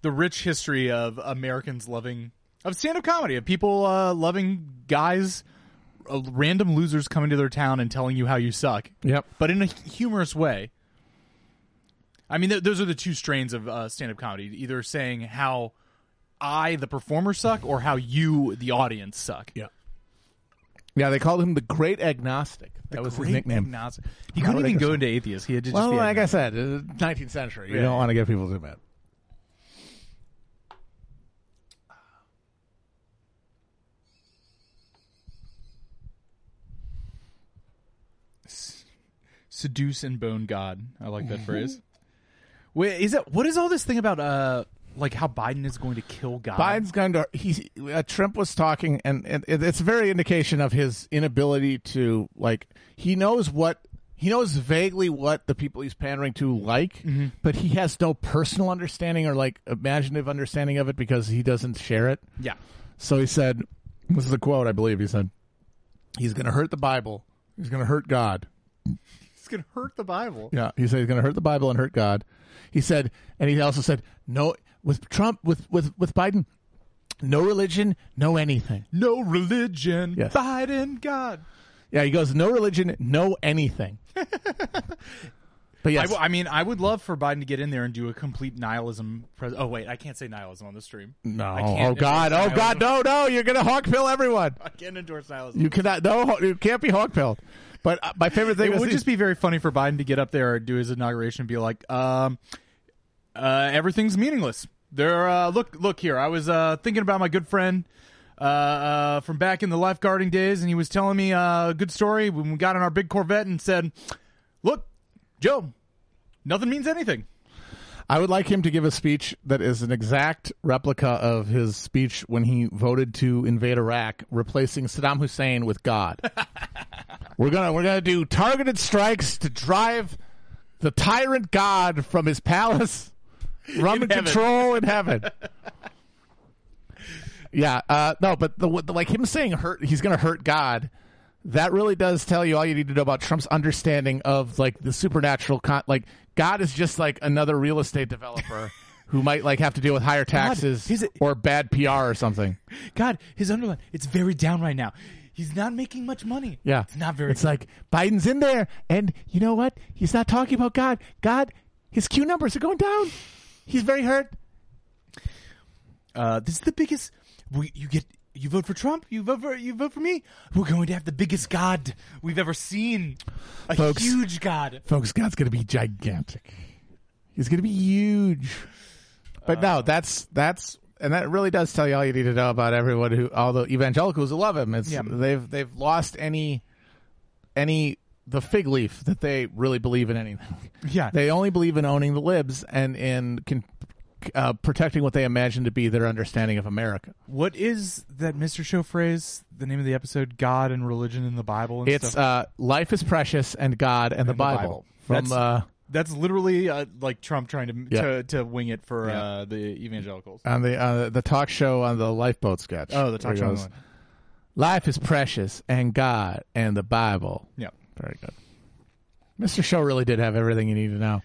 A: the rich history of Americans loving of stand-up comedy of people uh, loving guys, uh, random losers coming to their town and telling you how you suck.
B: Yep.
A: but in a humorous way. I mean, th- those are the two strains of uh, stand-up comedy: either saying how I, the performer, suck, or how you, the audience, suck.
B: Yeah. Yeah, they called him the Great Agnostic. That was his
A: Great
B: nickname.
A: agnostic. He couldn't even go into atheist. He had to just
B: Well,
A: be
B: like I
A: agnostic.
B: said, uh, 19th century. You
A: Yeah.
B: don't want to get people too mad.
A: seduce and bone God. I like that phrase. Wait, is that what is all this thing about? Uh, like how Biden is going to kill God?
B: Biden's going to he uh, Trump was talking and, and it- it's a very indication of his inability to like he knows what he knows vaguely what the people he's pandering to like but he has no personal understanding or like imaginative understanding of it because he doesn't share it.
A: Yeah.
B: So he said this is a quote I believe he said he's going to hurt the Bible. He's going to hurt God.
A: It's going to hurt the Bible.
B: Yeah, he said he's going to hurt the Bible and hurt God. He said, and he also said, no, with Trump, with with with Biden, no religion, no anything.
A: No religion.
B: Yes.
A: Biden God.
B: Yeah, he goes, no religion, no anything. [laughs] but
A: I
B: yes,
A: w- I mean, I would love for Biden to get in there and do a complete nihilism. Pres- oh wait, I can't say nihilism on the stream.
B: no,
A: I can't
B: oh God, oh
A: endorse
B: God, no, no, you're going to hawk pill everyone.
A: [laughs] I can't endorse nihilism.
B: You cannot, no, you can't be hawk pilled. But uh, my favorite thing
A: it
B: was
A: would
B: these-
A: just be very funny for Biden to get up there and do his inauguration and be like, um, uh, everything's meaningless. There, uh, look, look here. I was uh, thinking about my good friend uh, uh, from back in the lifeguarding days, and he was telling me uh, a good story when we got in our big Corvette and said, "Look, Joe, Nothing means anything.
B: I would like him to give a speech that is an exact replica of his speech when he voted to invade Iraq, replacing Saddam Hussein with God.
A: [laughs]
B: we're gonna we're gonna do targeted strikes to drive the tyrant God from his palace, from
A: In heaven.
B: control in
A: [laughs]
B: heaven. yeah, uh, no, but the, the like him saying hurt, he's gonna hurt God. That really does tell you all you need to know about Trump's understanding of like the supernatural. Con- like God is just like another real estate
A: [laughs]
B: developer who might like have to deal with higher taxes
A: he's a-
B: or bad PR or something.
A: God, his underline, it's very down right now. He's not making much money.
B: Yeah.
A: It's not very
B: It's like Biden's in there and you know what? He's not talking about God. God, his Q numbers are going down. He's very hurt.
A: uh, this is the biggest. We, you get you vote for Trump, you vote for you vote for me. We're going to have the biggest God we've ever seen, a
B: Folks.
A: huge God.
B: Folks, God's going to be gigantic. He's going to be huge. But
A: Uh,
B: no, that's that's and that really does tell you all you need to know about everyone who all the evangelicals who love him. It's
A: Yeah.
B: they've they've lost any any the fig leaf that they really believe in
A: [laughs]
B: anything.
A: Yeah,
B: They only believe in owning the libs and in con- uh, protecting what they imagine to be their understanding of America.
A: What is that Mr. Show phrase? The name of the episode: God and religion in the Bible. And
B: It's
A: stuff?
B: uh, life is precious and God and, the, Bible.
A: Bible.
B: From
A: That's-
B: uh,
A: that's literally uh, like Trump trying to
B: Yeah.
A: to, to wing it for
B: Yeah.
A: uh, the evangelicals.
B: on the uh, the talk show on the lifeboat sketch.
A: oh, the
B: Where
A: talk
B: he
A: show.
B: goes,
A: one.
B: Life is precious and God and the Bible.
A: Yeah,
B: Very good. Mr. Show really did have everything you need to know.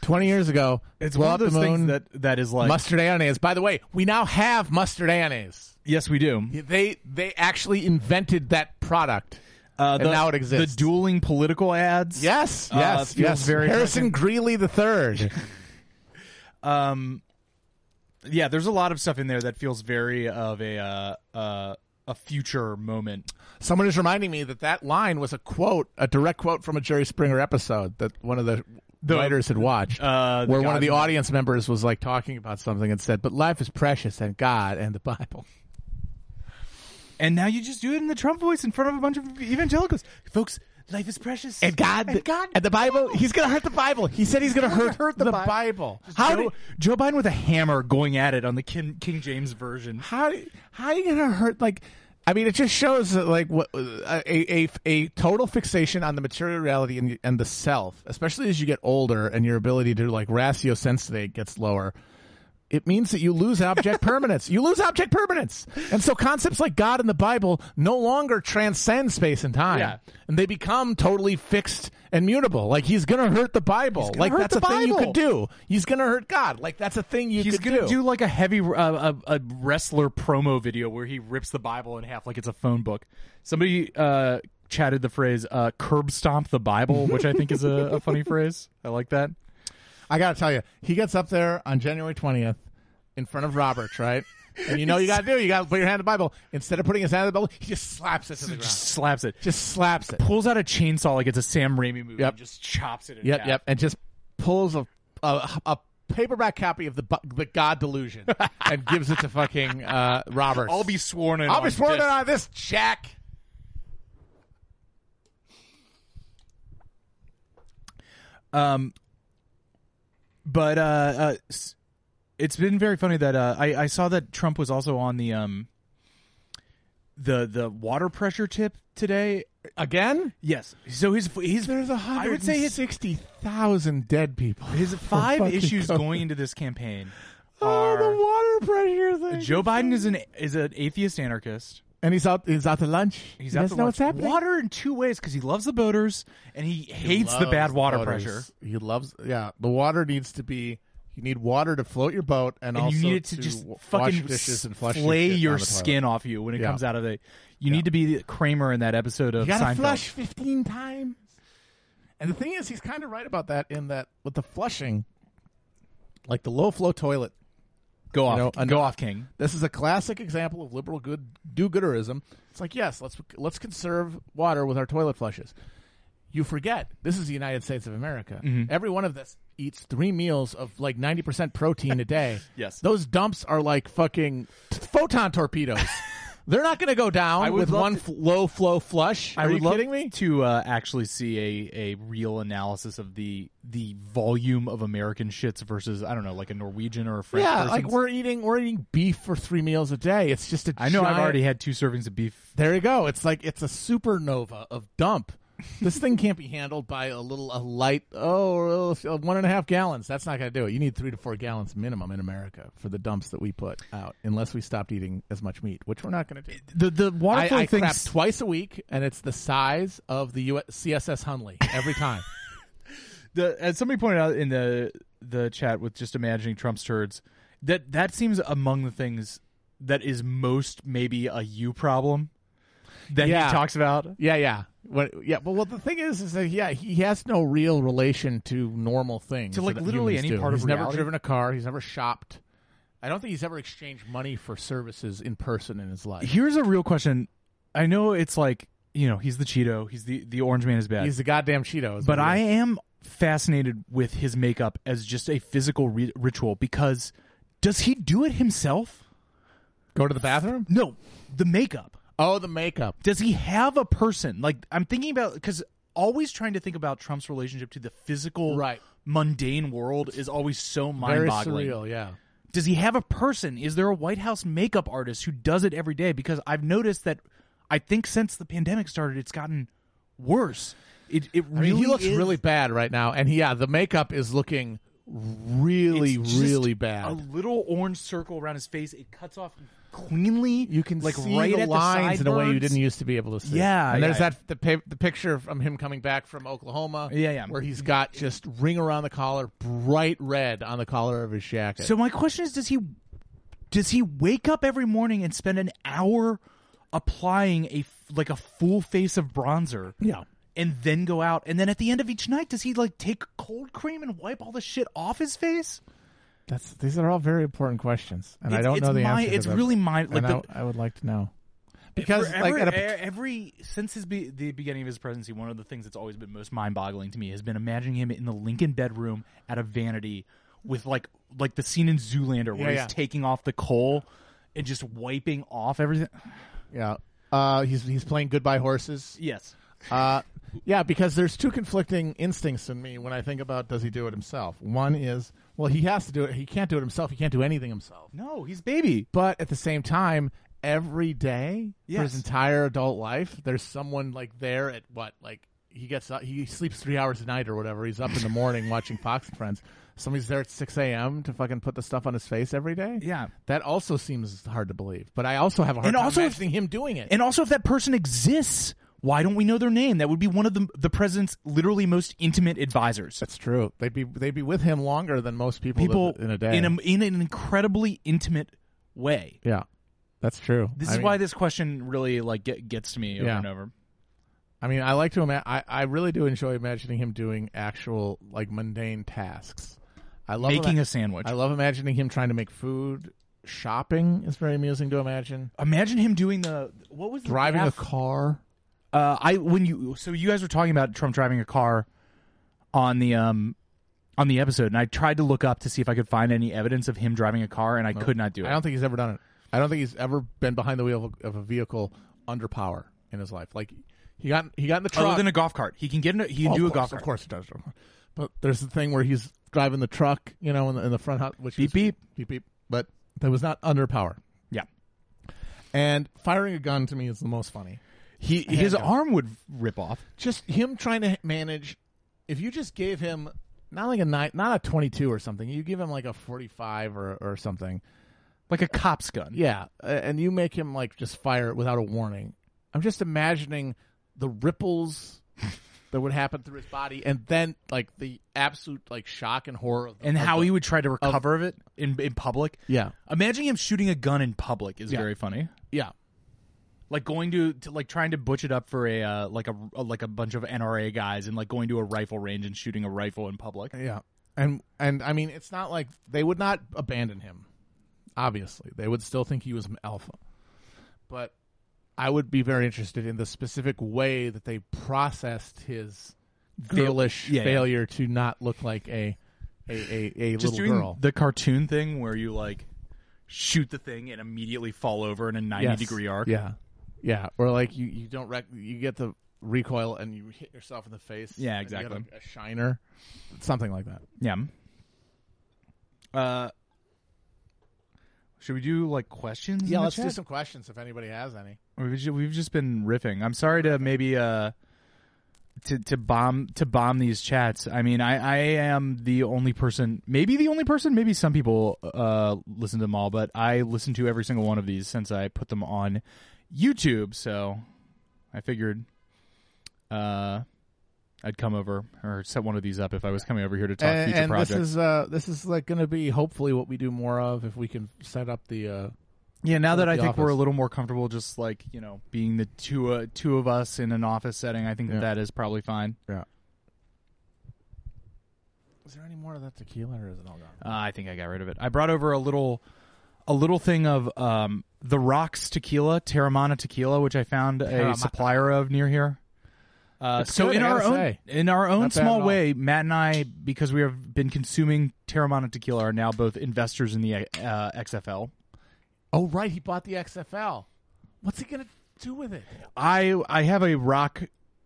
B: Twenty years ago,
A: it's
B: blow
A: one of
B: up
A: those
B: the
A: things
B: moon,
A: that that is like
B: mustard mayonnaise. By the way, we now have mustard mayonnaise.
A: yes, we do.
B: They they actually invented that product.
A: Uh,
B: And
A: the,
B: now it exists.
A: The dueling political ads.
B: Yes,
A: Uh,
B: yes,
A: feels
B: yes.
A: very
B: Harrison Greeley the
A: [laughs]
B: third.
A: um yeah there's a lot of stuff in there that feels very of a uh, uh a future moment
B: Someone is reminding me that that line was a quote, a direct quote from a Jerry Springer episode that one of the, writers had watched,
A: uh, the
B: where one of
A: God-
B: the audience members was like talking about something and said, "But life is precious, and God and the Bible."
A: and now you just do it in the trump voice in front of a bunch of evangelicals folks life is precious
B: and God and,
A: God-
B: the Bible. He's going to hurt the Bible. He said he's going to hurt,
A: hurt
B: the,
A: the
B: Bible.
A: Bi-
B: How
A: Joe,
B: do,
A: Joe Biden with a hammer going at it on the King, King James version.
B: how do- how are you going to hurt like I mean, it just shows that, like what a, a a total fixation on the material reality and, and the self, especially as you get older and your ability to like ratio sensate gets lower. It means that you lose
A: [laughs]
B: object permanence. You lose object permanence, and so concepts like God and the Bible no longer transcend space and time,
A: Yeah.
B: and they become totally fixed and mutable. Like he's gonna hurt the Bible.
A: gonna
B: like
A: hurt
B: that's
A: the
B: a thing you
A: Bible.
B: could do. He's gonna hurt God. Like that's a thing you
A: He's
B: could
A: gonna do. like a heavy uh, a, a wrestler promo video where he rips the Bible in half like it's a phone book. Somebody uh, chatted the phrase uh, "curb stomp the Bible," which I think is a, a funny phrase. I like that.
B: I gotta tell you, he gets up there on January twentieth in front of Roberts, right? And you know what you gotta do. You gotta put your hand on the Bible. Instead of putting his hand on the Bible, he just slaps it to the ground.
A: Just slaps it.
B: Just slaps
A: [laughs]
B: it.
A: Pulls out a chainsaw like it's a Sam Raimi movie.
B: Yep.
A: and Just chops it. In
B: Yep,
A: half.
B: yep, and just pulls a a, a paperback copy of the Bu- the God
A: [laughs]
B: Delusion and gives it to fucking uh, Roberts.
A: I'll be sworn in.
B: I'll
A: on
B: be sworn
A: this.
B: in on this, Jack.
A: Um, but uh, uh, s- it's been very funny that uh, I I saw that Trump was also on the um the the water pressure tip today.
B: Again?
A: Yes. So his his
B: There's a hundred.
A: I would say his
B: sixty thousand dead people. [laughs]
A: his
B: from
A: five
B: fucking
A: issues
B: COVID.
A: going into this campaign
B: [laughs] Oh,
A: are
B: the water pressure thing.
A: Joe Biden is an is an atheist anarcist.
B: and he's out. He's out to lunch.
A: He's
B: he
A: out
B: doesn't
A: to
B: know
A: watch
B: what's happening.
A: water in two ways because he loves the boaters and he hates the bad
B: loves
A: water
B: boaters.
A: pressure.
B: He loves yeah. The water needs to be you need water to float your boat and,
A: and
B: also
A: you need it to, just
B: w-
A: fucking
B: wash dishes and flush
A: flay
B: shit down
A: your
B: the toilet.
A: skin off you when it
B: Yeah.
A: comes out of the. You need to be the Kramer in that episode of
B: You gotta
A: Seinfeld.
B: flush fifteen times. And the thing is, he's kind of right about that in that with the flushing, like the low flow toilet.
A: Go off,
B: know,
A: go
B: enough-
A: off, King.
B: This is a classic example of liberal good do-gooderism. It's like, yes, let's let's conserve water with our toilet flushes. You forget this is the United States of America.
A: Mm-hmm.
B: Every one of us eats three meals of like ninety percent protein a day.
A: [laughs] Yes. [laughs]
B: those dumps are like fucking photon torpedoes. They're not going to go down
A: I would
B: with
A: love
B: one
A: to-
B: f- low flow flush. Are
A: I would
B: you
A: love
B: kidding me?
A: to uh, actually see a, a real analysis of the the volume of American shits versus I don't know, like a Norwegian or a French.
B: yeah, like
A: person's.
B: we're eating we're eating beef for three meals a day. It's just a
A: I know I've
B: giant-
A: already had two servings of beef.
B: There you go. It's like it's a supernova of dump. this thing can't be handled by a little a light oh uh, one and a half gallons. That's not going to do it. You need three to four gallons minimum in America for the dumps that we put out, unless we stopped eating as much meat, which we're not going to do.
A: The the water
B: I,
A: thing
B: I crap twice a week, and it's the size of the US, CSS Hunley every time.
A: the as somebody pointed out in the the chat with just imagining Trump's turds, that that seems among the things that is most maybe a you problem that
B: Yeah.
A: he talks about.
B: Yeah, yeah. What, yeah, but well, the thing is, is that yeah, he has no real relation to normal things.
A: To, like,
B: that
A: literally
B: humans
A: any
B: do.
A: part of
B: He's never
A: reality.
B: driven a car. He's never shopped. I don't think he's ever exchanged money for services in person in his life.
A: Here's a real question. I know it's like you know he's the Cheeto, he's the the orange man is bad,
B: He's a goddamn Cheeto. is
A: but
B: what
A: I
B: he is.
A: am fascinated with his makeup as just a physical ri- ritual because does he do it himself?
B: go to the bathroom.
A: No, the makeup.
B: Oh, the makeup.
A: does he have a person like i'm thinking about because always trying to think about trump's relationship to the physical
B: Right.
A: mundane world is always so
B: Very
A: mind-boggling
B: surreal. Yeah.
A: does he have a person is there a white house makeup artist who does it every day because i've noticed that i think since the pandemic started it's gotten worse it, it
B: I mean,
A: really
B: he looks
A: is
B: really bad right now, and he, yeah, the makeup is looking really,
A: It's just
B: really
A: a
B: bad.
A: little orange circle around his face it cuts off cleanly
B: You can
A: like
B: see
A: right
B: the
A: at
B: lines
A: the
B: in a way you
A: sideburns.
B: didn't used to be able to see.
A: Yeah,
B: and there's
A: yeah.
B: that the, pa- the picture from him coming back from Oklahoma.
A: Yeah, yeah.
B: where he's got just ring around the collar, bright red on the collar of his jacket.
A: So my question is, does he does he wake up every morning and spend an hour applying a f- like a full face of bronzer?
B: yeah,
A: And then go out, and then at the end of each night, does he like take cold cream and wipe all the shit off his face?
B: that's these are all very important questions, and I
A: It's-
B: don't
A: it's
B: know the
A: my-
B: answer. to
A: It's
B: them,
A: really my like
B: and
A: the,
B: I, I would like to know because
A: Forever-
B: like at a,
A: e- every since his be, the beginning of his presidency, one of the things that's always been most mind-boggling to me has been imagining him in the Lincoln bedroom at a vanity with like like the scene in Zoolander where
B: Yeah, yeah.
A: he's taking off the coal and just wiping off everything.
B: yeah, uh, he's he's playing goodbye
A: [laughs]
B: horses.
A: Yes.
B: Uh, yeah, because there's two conflicting instincts in me when I think about does he do it himself. One is, well, he has to do it. He can't do it himself. He can't do anything himself.
A: No, he's baby.
B: But at the same time, every day for his
A: Yes.
B: entire adult life, there's someone like there at what like he gets up, he sleeps three hours a night or whatever. He's up in the morning watching Fox and Friends. Somebody's there at six a.m. to fucking put the stuff on his face every day.
A: Yeah.
B: that also seems hard to believe. But I also have a hard
A: And
B: time
A: also if-
B: imagining him doing it.
A: And also, if that person exists, why don't we know their name? That would be one of the the president's literally most intimate advisors.
B: That's true. They'd be they'd be with him longer than most people,
A: People
B: live in a day.
A: in, in an incredibly intimate way.
B: yeah, that's true.
A: This
B: I
A: is
B: mean,
A: why this question really like get, gets to me over
B: Yeah.
A: and over.
B: I mean, I like to imagine. I I really do enjoy imagining him doing actual like mundane tasks. I love
A: Making
B: ima-
A: a sandwich.
B: I love imagining him trying to make food. Shopping is very amusing to imagine.
A: Imagine him doing the what was the
B: Driving a
A: graph?
B: car.
A: Uh, I when you so you guys were talking about Trump driving a car on the um on the episode, and I tried to look up to see if I could find any evidence of him driving a car, and I could not do it.
B: I don't think he's ever done it. I don't think he's ever been behind the wheel of a, of a vehicle under power in his life. Like he got he got in the truck.
A: Other than Oh, a golf cart, he can get in. A, he can
B: Oh,
A: do
B: of
A: a
B: course,
A: golf cart.
B: Of course, it does. But there's the thing where he's driving the truck, you know, in the, in the front house, which
A: Beep,
B: is-
A: beep.
B: beep beep. But that was not under power.
A: Yeah,
B: And firing a gun to me is the most funny.
A: he his
B: handgun.
A: arm would rip off.
B: Just him trying to manage. If you just gave him not like a nine, not a twenty-two or something, you give him like a forty-five or or something.
A: Like a cop's gun.
B: Yeah, uh, and you make him like just fire it without a warning. I'm just imagining the
A: [laughs]
B: ripples that would happen through his body, and then like the absolute like shock and horror of the,
A: And
B: of
A: how
B: the-
A: he would try to recover of, it in, in public.
B: Yeah.
A: Imagine him shooting a gun in public is
B: Yeah.
A: very funny.
B: Yeah.
A: Like going to, to like trying to butch it up for a uh, like a like a bunch of NRA guys and like going to a rifle range and shooting a rifle in public.
B: Yeah. And and I mean it's not like they would not abandon him. Obviously. They would still think he was an alpha. But I would be very interested in the specific way that they processed his girlish
A: yeah, yeah.
B: failure to not look like a a, a, a
A: Just
B: little
A: doing
B: girl.
A: the cartoon thing where you like shoot the thing and immediately fall over in a 90
B: Yes.
A: degree arc.
B: Yeah, yeah. Or like you, you don't rec- you get the recoil and you hit yourself in the face.
A: Yeah,
B: and you get
A: exactly.
B: a, a shiner, something like that.
A: Yeah. Uh, should we do like questions? in
B: Yeah,
A: the
B: let's do
A: chat?
B: some questions if anybody has any.
A: We've just, we've just been riffing. I'm sorry to maybe uh to to bomb to bomb these chats. I mean, I I am the only person, maybe the only person, maybe some people uh listen to them all, but I listen to every single one of these since I put them on YouTube. So I figured uh I'd come over or set one of these up if I was coming over here to talk
B: and
A: future
B: and
A: projects.
B: this is uh, this is like going to be hopefully what we do more of if we can set up the. Uh,
A: Yeah, now that
B: the
A: I think we're a
B: office.
A: little more comfortable, just like you know, being the two uh, two of us in an office setting, I think
B: Yeah.
A: that that is probably fine.
B: is there any more of that tequila, or is it all gone?
A: Uh, I think I got rid of it. I brought over a little a little thing of um, the Rocks tequila, Terramana tequila, which I found a
B: Terramana.
A: supplier of near here. Uh,
B: It's
A: so
B: good,
A: in
B: I
A: our
B: gotta
A: own
B: say.
A: in our
B: Not
A: own
B: bad at
A: small
B: all.
A: way, Matt and I, because we have been consuming Terramana tequila, are now both investors in the uh, XFL.
B: Oh right, he bought the XFL. What's he going to do with it?
A: I I have a rock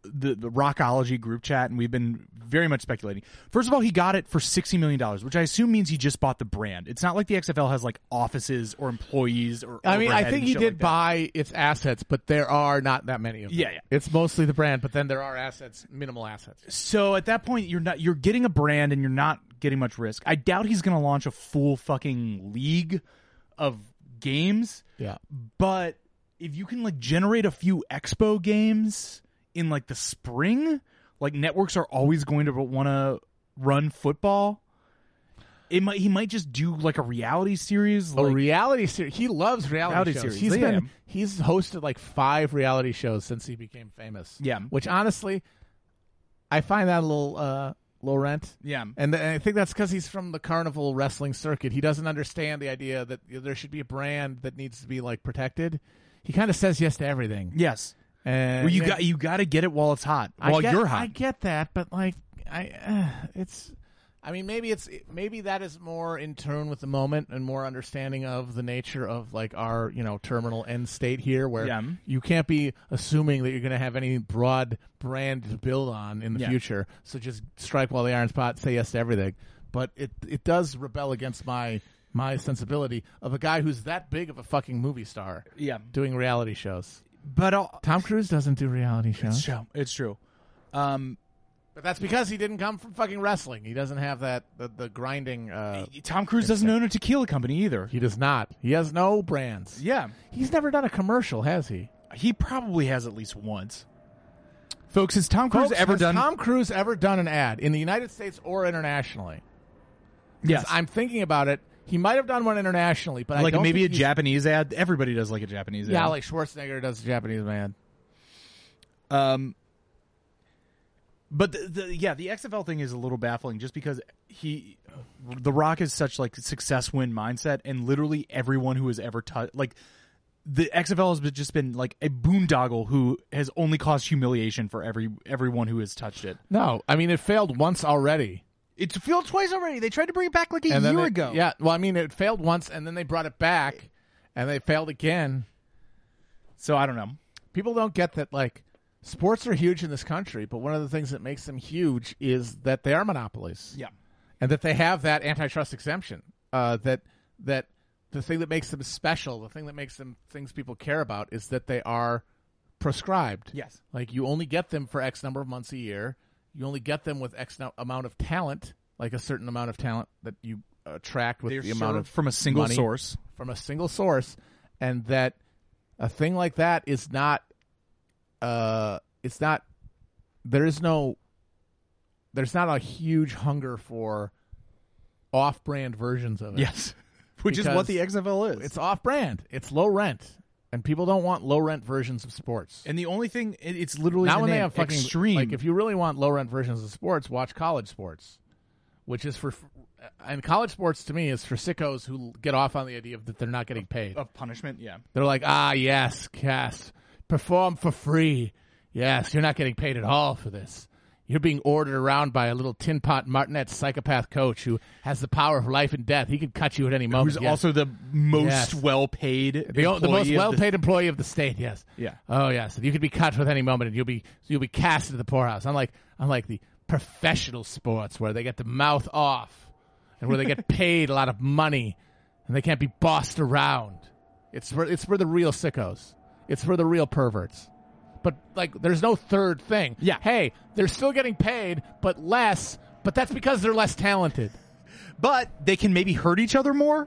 A: the, the rockology group chat and we've been very much speculating. First of all, he got it for sixty million dollars, which I assume means he just bought the brand. It's not like the XFL has like offices or employees or
B: I mean, I
A: overhead
B: think
A: and
B: he
A: shit
B: did
A: like that.
B: buy its assets, but there are not that many of them.
A: Yeah, yeah.
B: It's mostly the brand, but then there are assets, minimal assets.
A: So at that point you're not you're getting a brand and you're not getting much risk. I doubt he's gonna launch a full fucking league of games.
B: Yeah.
A: but if you can like generate a few expo games in like the spring like networks are always going to want to run football it might he might just do like a reality series
B: A
A: like
B: reality series. He loves reality,
A: Reality
B: shows.
A: series,
B: He's
A: yeah.
B: been he's hosted like five reality shows since he became famous.
A: Yeah.
B: Which honestly, I find that a little uh, low rent.
A: yeah
B: And, th- and I think that's because he's from the carnival wrestling circuit. He doesn't understand the idea that you know, there should be a brand that needs to be like protected. He kind of says yes to everything.
A: yes
B: And
A: well you
B: yeah.
A: got you got to get it while it's hot while
B: I get,
A: you're hot
B: I get that, but like I, uh, it's. I mean, maybe it's maybe that is more in tune with the moment and more understanding of the nature of like our you know terminal end state here, where
A: Yeah.
B: you can't be assuming that you're going to have any broad brand to build on in the
A: Yeah.
B: future. So just strike while the iron's hot, say yes to everything. But it it does rebel against my my sensibility of a guy who's that big of a fucking movie star
A: yeah
B: doing reality shows.
A: but I'll,
B: Tom Cruise doesn't do reality shows.
A: it's true it's true um
B: But that's because he didn't come from fucking wrestling. He doesn't have that the, the grinding. Uh,
A: tom cruise doesn't own a tequila company either
B: he does not. He has no brands.
A: yeah
B: He's never done a commercial, has he?
A: he probably has at least once folks has tom cruise
B: Folks,
A: ever
B: has
A: done
B: Tom Cruise ever done an ad in the United States or internationally? 'Cause
A: yes
B: I'm thinking about it. He might have done one internationally, but I
A: like
B: don't
A: maybe a
B: think he's-
A: Japanese ad. Everybody does like a Japanese
B: Yeah,
A: ad.
B: like Schwarzenegger does a Japanese man.
A: um, but the, the yeah, the XFL thing is a little baffling just because he, The Rock is such like success win mindset, and literally everyone who has ever touched like the XFL has been- just been like a boondoggle who has only caused humiliation for every everyone who has touched it.
B: No, I mean it failed once already.
A: It's failed twice already. They tried to bring it back like a
B: And then
A: year
B: it-
A: ago.
B: Yeah, well, I mean it failed once, and then they brought it back, and they failed again.
A: So I don't know.
B: people don't get that like sports are huge in this country but one of the things that makes them huge is that they are monopolies
A: Yeah.
B: and that they have that antitrust exemption uh, that that the thing that makes them special the thing that makes them things people care about is that they are prescribed
A: Yes.
B: like you only get them for x number of months a year you only get them with x no- amount of talent like a certain amount of talent that you attract with
A: They're
B: the amount
A: served
B: of
A: from a single
B: money
A: source.
B: from a single source, and that a thing like that is not, uh, it's not. There is no, there's not a huge hunger for off-brand versions of it.
A: Yes. [laughs] Which is
B: Because
A: what the XFL is.
B: it's off-brand. It's low rent, and people don't want low rent versions of sports.
A: And the only thing it, it's literally
B: Not
A: the
B: when they
A: name,
B: have fucking
A: extreme.
B: Like if you really want low rent versions of sports, watch college sports, which is for. And college sports to me is for sickos who get off on the idea of that they're not getting paid.
A: of punishment, yeah.
B: They're like, ah, yes, Cass, perform for free. Yes, you're not getting paid at all for this. You're being ordered around by a little tin pot martinet psychopath coach who has the power of life and death. He could cut you at any moment.
A: Who's
B: yes.
A: also the most
B: Yes.
A: well-paid,
B: the, o- the most
A: employee of the-
B: well-paid employee of the state. Yes.
A: Yeah.
B: Oh yes. You could be cut with any moment, and you'll be you'll be cast into the poorhouse. Unlike unlike the professional sports where they get the mouth off, and where they
A: [laughs]
B: get paid a lot of money, and they can't be bossed around. It's for it's for the real sickos. It's for the real perverts. But like, there's no third thing.
A: Yeah.
B: Hey, they're still getting paid, but less. But that's because they're less talented.
A: but they can maybe hurt each other more.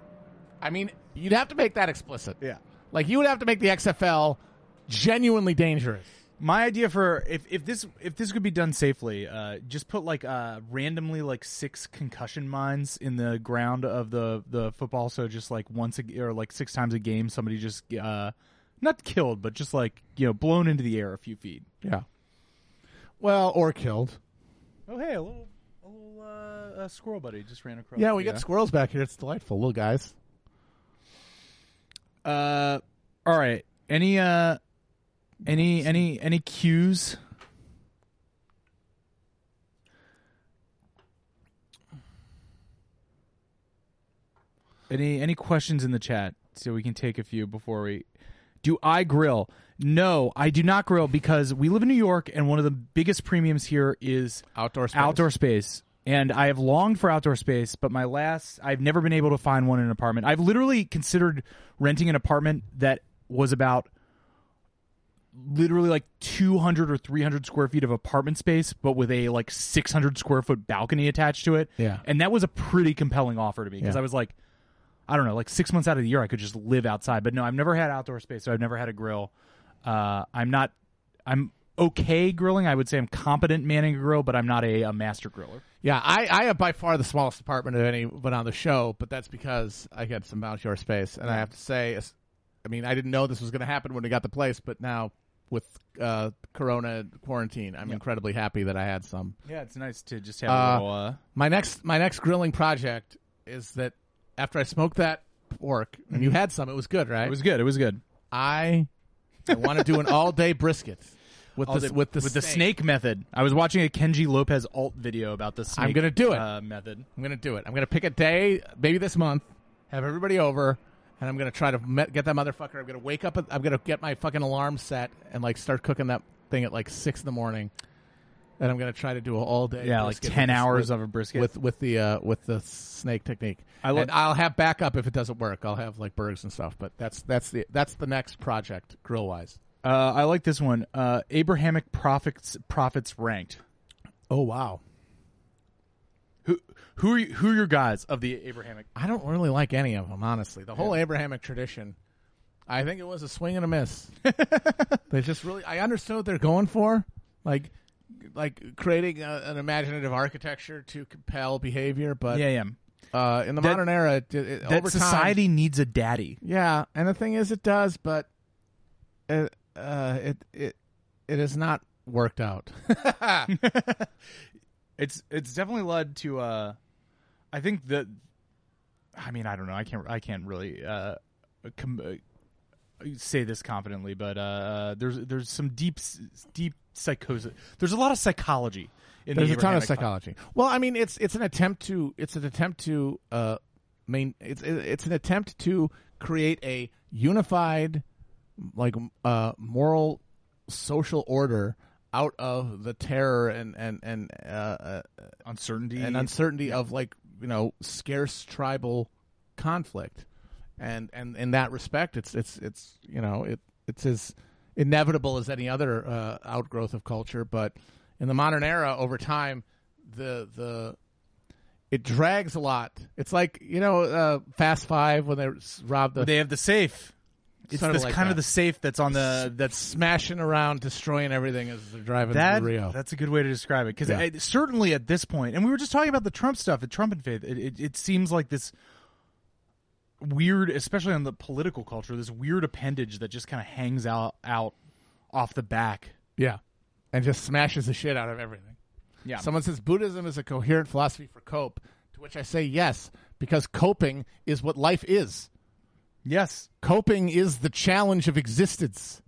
B: I mean, you'd have to make that explicit.
A: Yeah.
B: Like you would have to make the XFL genuinely dangerous.
A: My idea for if, if this if this could be done safely, uh, just put like uh, randomly like six concussion mines in the ground of the the football. So just like once a, g- or like six times a game, somebody just uh, not killed, but just like you know blown into the air a few feet.
B: Yeah. Well, or killed.
A: Oh hey, a little a little uh, a squirrel buddy just ran across.
B: Yeah, we got squirrels back here. It's delightful, little guys.
A: Uh, all right. Any uh, any any any cues? Any any questions in the chat so we can take a few before we do I grill? No, I do not grill because we live in New York and one of the biggest premiums here is
B: Outdoor space.
A: outdoor space and i have longed for outdoor space but my last i've never been able to find one in an apartment i've literally considered renting an apartment that was about literally like 200 or 300 square feet of apartment space but with a like 600 square foot balcony attached to it
B: Yeah.
A: and that was a pretty compelling offer to me because
B: Yeah.
A: i was like i don't know like six months out of the year i could just live outside but no i've never had outdoor space so i've never had a grill uh, i'm not i'm okay grilling i would say i'm competent manning a grill but i'm not a, a master griller
B: Yeah, I, I have by far the smallest apartment of anyone on the show, but that's because I had some outdoor space. And I have to say, as- I mean, I didn't know this was going to happen when we got the place, but now with uh, Corona quarantine, I'm incredibly happy that I had some.
A: yeah it's nice to just have
B: Uh, little, My next my next grilling project is that after I smoked that pork, and you had some, Mm-hmm. it was good, right?
A: it was good it was good
B: I I want to do an all day brisket with the, with the
A: with the snake method i was watching a kenji lopez alt video about the snake
B: I'm gonna do it.
A: uh, method
B: I'm gonna do it. I'm gonna pick a day, maybe this month, have everybody over, and I'm gonna try to me- get that motherfucker. I'm gonna wake up. I'm gonna get my fucking alarm set and like start cooking that thing at like six in the morning. And I'm gonna try to do an all day.
A: Yeah, like 10 hours of a brisket.
B: with with the uh, with the snake technique.
A: I lo-
B: and I'll have backup if it doesn't work. I'll have like burgers and stuff. But that's that's the that's the next project grill wise.
A: uh, i like this one uh, abrahamic prophets prophets ranked
B: Oh wow.
A: who who are you, who are your guys of the abrahamic
B: I don't really like any of them, honestly. The whole Abrahamic tradition, I think it was a swing and a
A: [laughs]
B: miss. they just really, I understood what they're going for, like, like creating a, an imaginative architecture to compel behavior. But
A: yeah yeah
B: uh, in the
A: That-
B: modern era, it, it,
A: that
B: over time-
A: society needs a daddy
B: yeah. And the thing is, it does, but it, uh, it, it, it is not worked out.
A: it's it's definitely led to uh i think that i mean i don't know i can't i can't really uh, com- uh say this confidently but uh there's there's some deep s- deep psychosis there's a lot of psychology in the
B: There's a ton of
A: Abrahamic cult.
B: psychology. Well, I mean, it's it's an attempt to it's an attempt to uh, main it's it's an attempt to create a unified like uh, moral social order out of the terror and and and uh, uh,
A: uncertainty
B: and uncertainty of like you know scarce tribal conflict, and and in that respect, it's it's it's you know it it's as inevitable as any other uh, outgrowth of culture. But in the modern era, over time, the the it drags a lot. It's like you know uh, Fast Five when they s- robbed the
A: they have the safe it's
B: Sorta
A: this
B: like
A: kind
B: that.
A: of the safe that's on the
B: that's uh, smashing around, destroying everything as they're driving
A: that
B: through Rio.
A: that's a good way to describe it because
B: Yeah.
A: certainly at this point and we were just talking about the trump stuff at trump and faith it, it, it seems like this weird especially on the political culture this weird appendage that just kind of hangs out out off the back
B: Yeah, and just smashes the shit out of everything.
A: yeah
B: Someone says Buddhism is a coherent philosophy for cope, to which I say yes, because coping is what life is.
A: yes
B: Coping is the challenge of existence.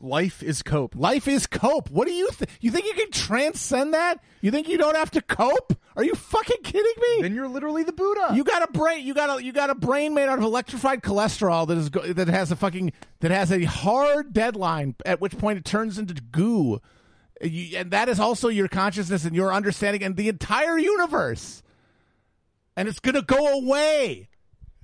A: Life is cope.
B: Life is cope. What do you think? You think you can transcend that? You think you don't have to cope? Are you fucking kidding me?
A: Then you're literally the Buddha.
B: You got a brain. You got a you got a brain made out of electrified cholesterol that is go- that has a fucking that has a hard deadline at which point it turns into goo, You- and that is also your consciousness and your understanding and the entire universe, and it's gonna go away.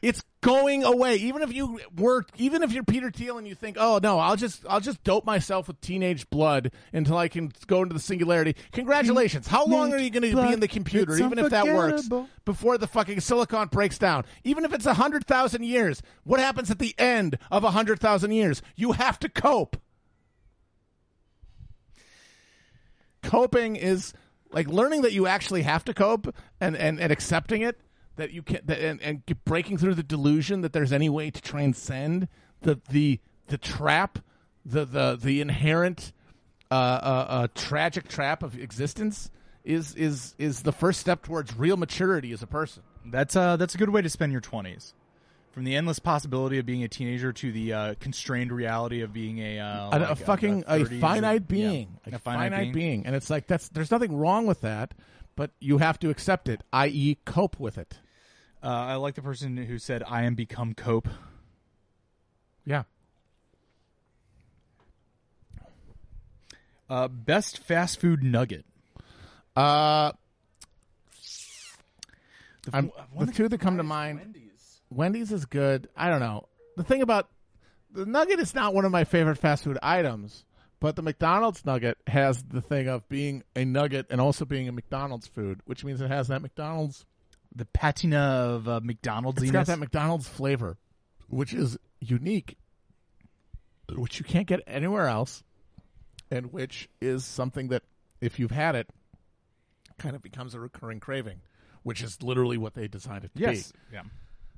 B: It's going away. Even if you work, even if you're Peter Thiel and you think, "Oh no, I'll just I'll just dope myself with teenage blood until I can go into the singularity." Congratulations. How long are you going to be in the computer,
A: It's
B: even if that works,
A: unforgettable.
B: before the fucking silicon breaks down? Even if it's a hundred thousand years, what happens at the end of a hundred thousand years? You have to cope. Coping is like learning that you actually have to cope and and, and accepting it that you can that, and, and get- breaking through the delusion that there's any way to transcend the the the trap the the the inherent uh, uh, uh, tragic trap of existence is is is the first step towards real maturity as a person.
A: That's uh that's a good way to spend your twenties. From the endless possibility of being a teenager to the uh, constrained reality of being a uh,
B: An-
A: like,
B: a
A: uh,
B: fucking a
A: 30s and-
B: finite
A: yeah,
B: being,
A: a
B: a, finite, being. and it's like that's there's nothing wrong with that, but you have to accept it, i.e., cope with it.
A: Uh, I like the person who said, "I am become cope."
B: Yeah,
A: Uh, best fast food nugget.
B: uh,
A: The,
B: I'm, the
A: one that-
B: two that come to mind.
E: Wendy's.
B: Wendy's is good. I don't know. The thing about the nugget is not one of my favorite fast food items, but the McDonald's nugget has the thing of being a nugget and also being a McDonald's food, which means it has that McDonald's.
A: the patina of uh, McDonald's.
B: It's got that McDonald's flavor, which is unique, which you can't get anywhere else, and which is something that if you've had it, kind of becomes a recurring craving, which is literally what they designed it to be.
A: yes, yeah.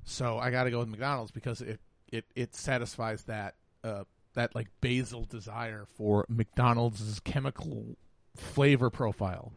B: So I got to go with McDonald's because it it it satisfies that uh that like basal desire for McDonald's chemical flavor profile.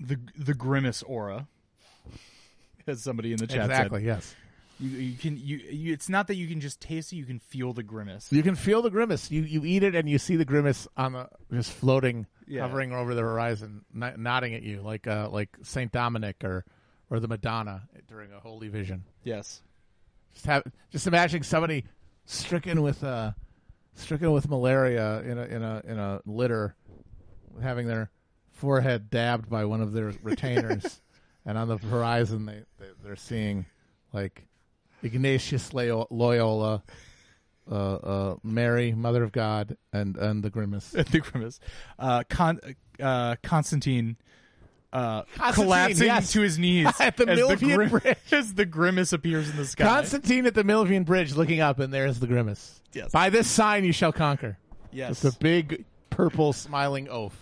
A: The the grimace aura. [laughs] As somebody in the chat
B: exactly. Yes.
A: said, you, you can you, you. It's not that you can just taste it; you can feel the grimace.
B: You can feel the grimace. You you eat it and you see the grimace on the just floating,
A: Yeah.
B: hovering over the horizon, n- nodding at you like uh like Saint Dominic or or the Madonna during a holy vision.
A: Yes,
B: Just have just imagining somebody stricken with uh stricken with malaria in a in a in a litter, having their forehead dabbed by one of their
A: [laughs]
B: retainers, and on the horizon they, they they're seeing like Ignatius Leo- Loyola, uh, uh, Mary, Mother of God, and and the
A: [laughs]
B: grimace.
A: the grimace. Uh, Con- uh, Constantine. Uh,
B: Constantine,
A: collapsing
B: yes.
A: to his knees
B: [laughs] At the
A: as, the
B: Milvian Bridge.
A: [laughs] as the grimace appears in the sky.
B: Constantine at the Milvian Bridge, looking up, and there is the grimace.
A: Yes.
B: By this sign you shall conquer.
A: yes,
B: It's a big purple smiling oaf.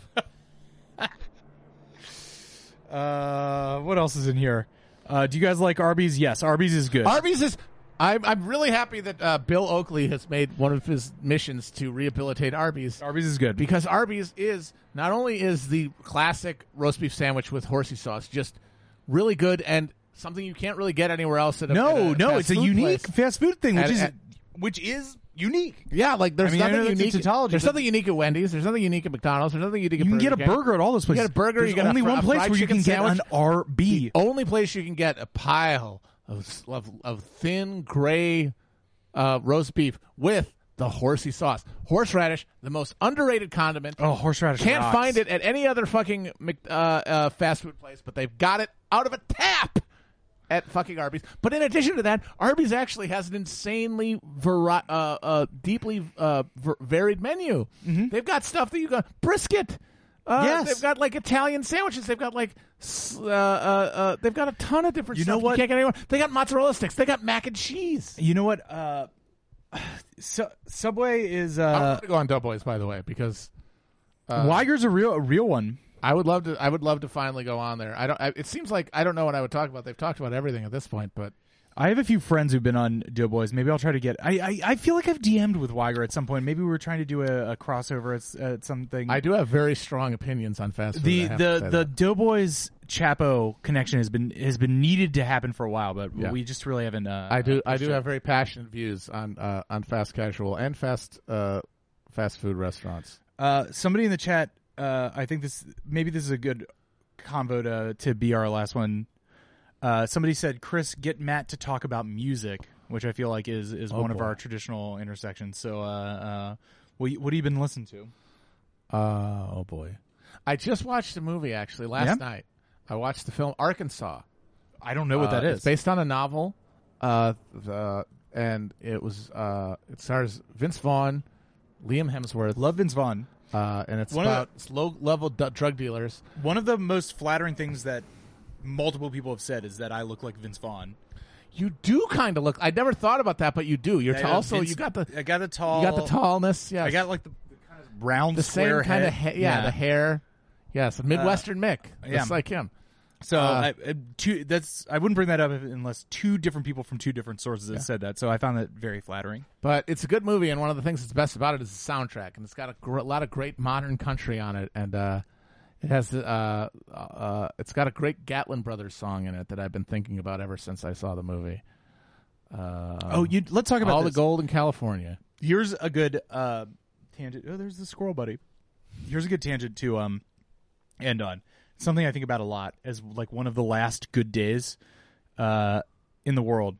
A: Uh, what else is in here? Uh, do you guys like Arby's? Yes, Arby's is good.
B: Arby's is. I'm, I'm really happy that uh, Bill Oakley has made one of his missions to rehabilitate Arby's
A: Arby's is good.
B: because Arby's is not only is the classic roast beef sandwich with horsey sauce just really good and something you can't really get anywhere else. At a, at
A: no,
B: a
A: no,
B: fast
A: it's a
B: food
A: unique
B: place.
A: fast food thing, which
B: At-
A: is
B: at-
A: which is unique.
B: Yeah, like there's
A: I mean, I know
B: nothing
A: that's
B: unique.
A: tautology,
B: There's
A: but-
B: nothing unique at Wendy's. There's nothing unique at McDonald's. There's nothing unique. At
A: You can
B: Burger
A: get a
B: King.
A: burger at all those places.
B: get a burger,
A: There's
B: you get a
A: only
B: fr-
A: one
B: a
A: place
B: fried
A: where you
B: chicken
A: can get
B: sandwich.
A: an RB.
B: The only place you can get a pile of of, of thin gray uh, roast beef with the horsey sauce, horseradish, the most underrated condiment.
A: Oh, horseradish.
B: Can't
A: rocks.
B: find it at any other fucking Mc- uh, uh, fast food place, but they've got it out of a tap at fucking Arby's. But in addition to that, Arby's actually has an insanely vari- uh, uh, deeply uh, ver- varied menu. They've got stuff that you got brisket. Uh,
A: Yes.
B: they've got like Italian sandwiches. They've got like s- uh, uh, uh, they've got a ton of different.
A: You
B: stuff
A: know what?
B: You can't get anywhere. They got mozzarella sticks. They got mac and cheese.
A: You know what? Uh, Su- Subway is.
B: I'm
A: Uh,
B: gonna go on Doughboys, by the way, because
A: Weiger's a real a real one.
B: I would love to. I would love to finally go on there. I don't. I, it seems like I don't know what I would talk about. They've talked about everything at this point, but
A: I have a few friends who've been on Doughboys. Maybe I'll try to get. I I, I feel like I've DM'd with Weiger at some point. Maybe we were trying to do a, a crossover at, s- at something.
B: I do have very strong opinions on fast food.
A: the
B: I have to
A: the
B: say
A: the
B: that.
A: Doughboys Chapo connection has been has been needed to happen for a while, but
B: Yeah.
A: we just really haven't. Uh,
B: I do I do
A: pushed it.
B: have very passionate views on uh, on fast casual and fast uh, fast food restaurants.
A: Uh, somebody in the chat. Uh, I think this maybe this is a good convo to to be our last one. Uh, somebody said, "Chris, get Matt to talk about music," which I feel like is is one of
B: Oh, boy.
A: our traditional intersections. So, uh, uh, what you- what have you been listening to?
B: Uh, oh boy, I just watched a movie actually last
A: Yeah?
B: night. I watched the film Arkansas.
A: I don't know what
B: Uh,
A: that is.
B: It's based on a novel, uh, the, and it was uh, it stars Vince Vaughn, Liam Hemsworth,
A: Love Vince Vaughn.
B: uh, and it's
A: One of
B: about low level d- drug dealers.
A: One of the most flattering things that multiple people have said is that I look like Vince Vaughn.
B: You do kind of look. I never thought about that, but you do. You're t-
A: I-
B: also
A: Vince-
B: you got the
A: I got the tall.
B: you got the tallness. Yes,
A: I got like the, the kind of round
B: the same
A: square
B: kind of
A: head. Uh,
B: ha- yeah, the hair. Yes, a Midwestern Mick,
A: yeah.
B: just like him.
A: So
B: Uh,
A: I, I- two, that's I wouldn't bring that up if- unless two different people from two different sources had said that. So I found that very flattering.
B: But it's a good movie, and one of the things that's best about it is the soundtrack, and it's got a, gr- a lot of great modern country on it, and uh, it has uh, uh, it's got a great Gatlin Brothers song in it that I've been thinking about ever since I saw the movie. Uh,
A: oh, you let's talk about
B: all
A: this.
B: the gold in California.
A: Here's a good uh, tangent. Oh, there's the squirrel buddy. Here's a good tangent to um end on something I think about a lot as like one of the last good days uh, in the world.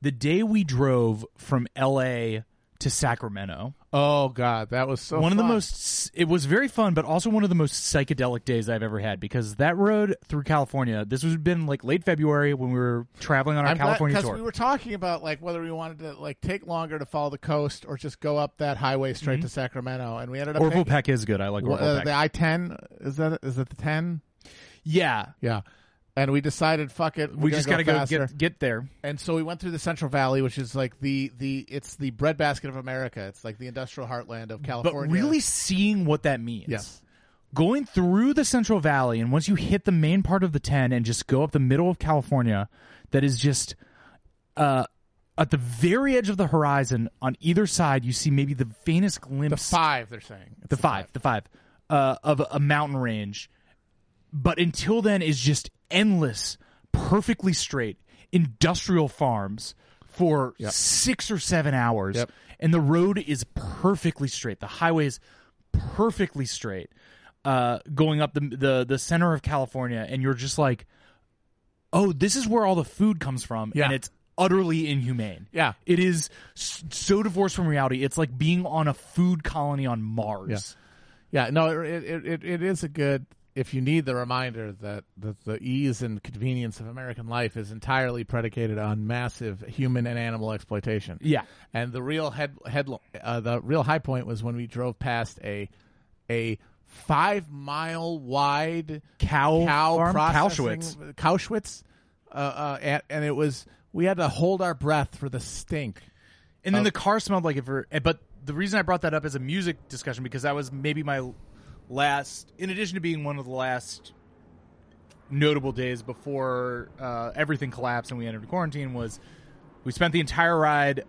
A: The day we drove from L.A. to Sacramento.
B: Oh God, that was so
A: one of the
B: fun.
A: most it was very fun but also one of the most psychedelic days i've ever had because that road through california this was been like late february when we were traveling on our
B: I'm glad-
A: california
B: 'cause
A: tour
B: we were talking about like whether we wanted to like take longer to follow the coast or just go up that highway straight
A: Mm-hmm.
B: to Sacramento, and we ended up
A: orville
B: taking-
A: peck is good i like
B: Well,
A: orville
B: uh,
A: peck
B: the I ten is that is that the ten?
A: yeah
B: Yeah, and we decided fuck it.
A: we just
B: got to
A: gotta go get, get there
B: And so we went through the Central Valley, which is like the the it's the breadbasket of America. It's like the industrial heartland of
A: but
B: California.
A: really seeing what that means
B: yes,
A: going through the Central Valley, and once you hit the main part of the 10 and just go up the middle of California, that is just uh, at the very edge of the horizon on either side, you see maybe the faintest
B: the
A: glimpse
B: five they're saying It's
A: the five, the five uh, of a mountain range. But until then, is just endless, perfectly straight industrial farms for six or seven hours,
B: Yep.
A: and the road is perfectly straight. The highway is perfectly straight. Uh, going up the the the center of California, and you're just like, oh, this is where all the food comes from,
B: Yeah.
A: and it's utterly inhumane.
B: Yeah.
A: It is s- so divorced from reality. It's like being on a food colony on Mars.
B: Yeah, no, it it, it it is a good if you need the reminder that, that the ease and convenience of American life is entirely predicated on massive human and animal exploitation.
A: Yeah.
B: and the real head head uh, the real high point was when we drove past a a five mile wide
A: Cow
B: cow
A: farm?
B: processing- Cowschwitz, uh, uh, and, and it was we had to hold our breath for the stink.
A: And
B: Oh.
A: then the car smelled like it for. eh, But the reason I brought that up as a music discussion because that was maybe my last, in addition to being one of the last notable days before uh, everything collapsed and we entered quarantine, was we spent the entire ride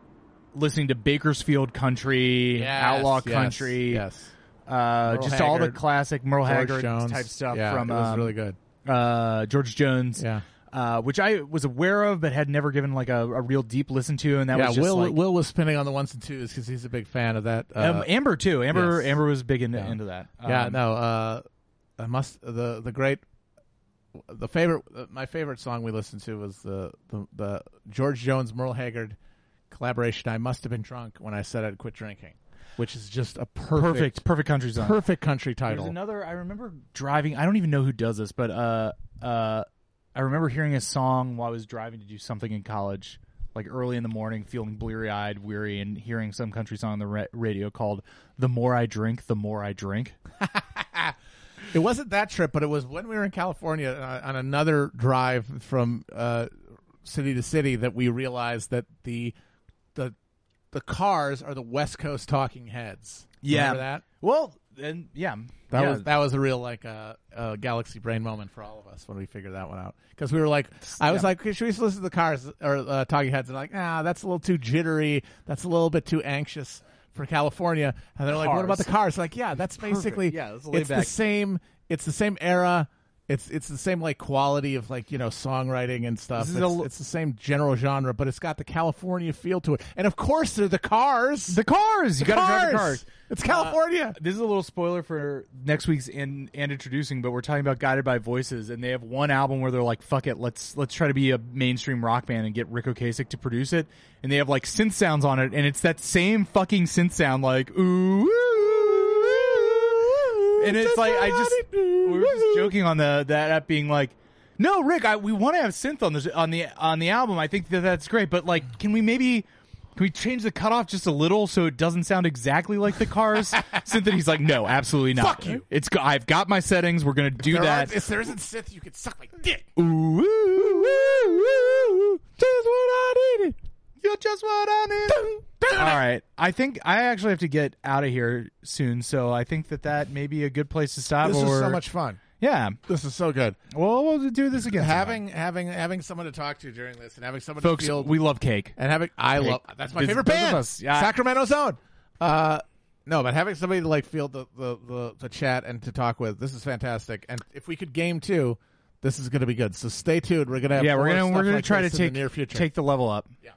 A: listening to Bakersfield country, outlaw
B: yes,
A: country,
B: yes,
A: uh,
B: Merle
A: just all the
B: Haggard,
A: classic Merle
B: George
A: Haggard
B: Jones
A: type stuff
B: Yeah,
A: from
B: it was
A: um,
B: really good.
A: uh, George Jones,
B: Yeah.
A: uh, which I was aware of but had never given like a, a real deep listen to, and that
B: Yeah,
A: was just
B: Will
A: like
B: Will was spinning on the ones and twos because he's a big fan of that. Uh,
A: um, Amber too. Amber
B: yes.
A: Amber was big into,
B: Yeah.
A: into that.
B: yeah,
A: Um,
B: no, uh, I must the the great the favorite uh, my favorite song we listened to was the the, the George Jones Merle Haggard collaboration. I must have been drunk when I said I'd quit drinking, which is just a
A: perfect,
B: perfect
A: perfect country zone.
B: perfect country
A: There's
B: title.
A: another. I remember driving. I don't even know who does this, but uh, uh, I remember hearing a song while I was driving to do something in college, like early in the morning, feeling bleary eyed, weary, and hearing some country song on the ra- radio called "The More I Drink, The More I Drink."
B: It wasn't that trip, but it was when we were in California uh, on another drive from uh, city to city that we realized that the the the cars are the West Coast talking heads. Remember that?
A: Well, and yeah,
B: That
A: yeah.
B: was that was a real like uh, uh, galaxy brain moment for all of us when we figured that one out because we were like, I was
A: yeah.
B: like, should we listen to the cars or uh, talking heads? And like, ah, that's a little too jittery. That's a little bit too anxious for California. And they're like, what about the cars? Like, yeah, that's basically
A: Yeah, it's laid
B: it's the
A: back.
B: same. It's the same era. It's it's the same like quality of like you know songwriting and stuff.
A: This
B: It's,
A: is a l-
B: it's the same general genre, but it's got the California feel to it. And of course, they're the cars.
A: the cars. You got to drive the
B: Cars!
A: cars. Uh,
B: It's California.
A: This is a little spoiler for next week's in and introducing, but we're talking about Guided by Voices, and they have one album where they're like, "Fuck it, let's let's try to be a mainstream rock band and get Rick Ocasek to produce it." And they have like synth sounds on it, and it's that same fucking synth sound, like ooh. ooh, ooh." And it's like I just we were just joking on the that app being like, no, Rick, I, we want to have synth on the on the on the album. I think that that's great, but like, can we maybe can we change the cutoff just a little so it doesn't sound exactly like
B: [laughs]
A: the Cars synth? And he's like, no, absolutely not.
B: Fuck you.
A: It's go- I've got my settings. We're gonna do
B: there
A: that.
B: Aren't, if there isn't Sith, you can suck my dick.
A: Ooh, ooh, ooh, ooh, ooh, just what I needed. You're just what I needed. All right, I think I actually have to get out of here soon, so I think that that may be a good place to stop.
B: This is
A: or-
B: so much fun.
A: yeah.
B: This is so good.
A: Well, we'll do this again. sometime.
B: Having having having someone to talk to during this, and having someone
A: folks,
B: to feel,
A: we love cake.
B: and having I love that's my
A: Biz-
B: favorite
A: both of
B: band,
A: us, yeah.
B: Sacramento Zone. Uh, no, but having somebody to like feel the, the the the chat and to talk with, this is fantastic. And if we could game too, this is going to be good. So stay tuned. We're gonna have
A: yeah, we're
B: more
A: gonna
B: stuff
A: we're gonna
B: like
A: try to
B: this
A: take
B: in the near future.
A: take the level up.
B: Yeah.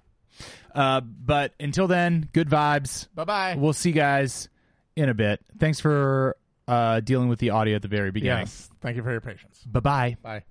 A: Uh, but until then, good vibes.
B: bye bye.
A: We'll see you guys in a bit. Thanks for uh, dealing with the audio at the very beginning.
B: yes, thank you for your patience.
A: Bye bye.
B: Bye.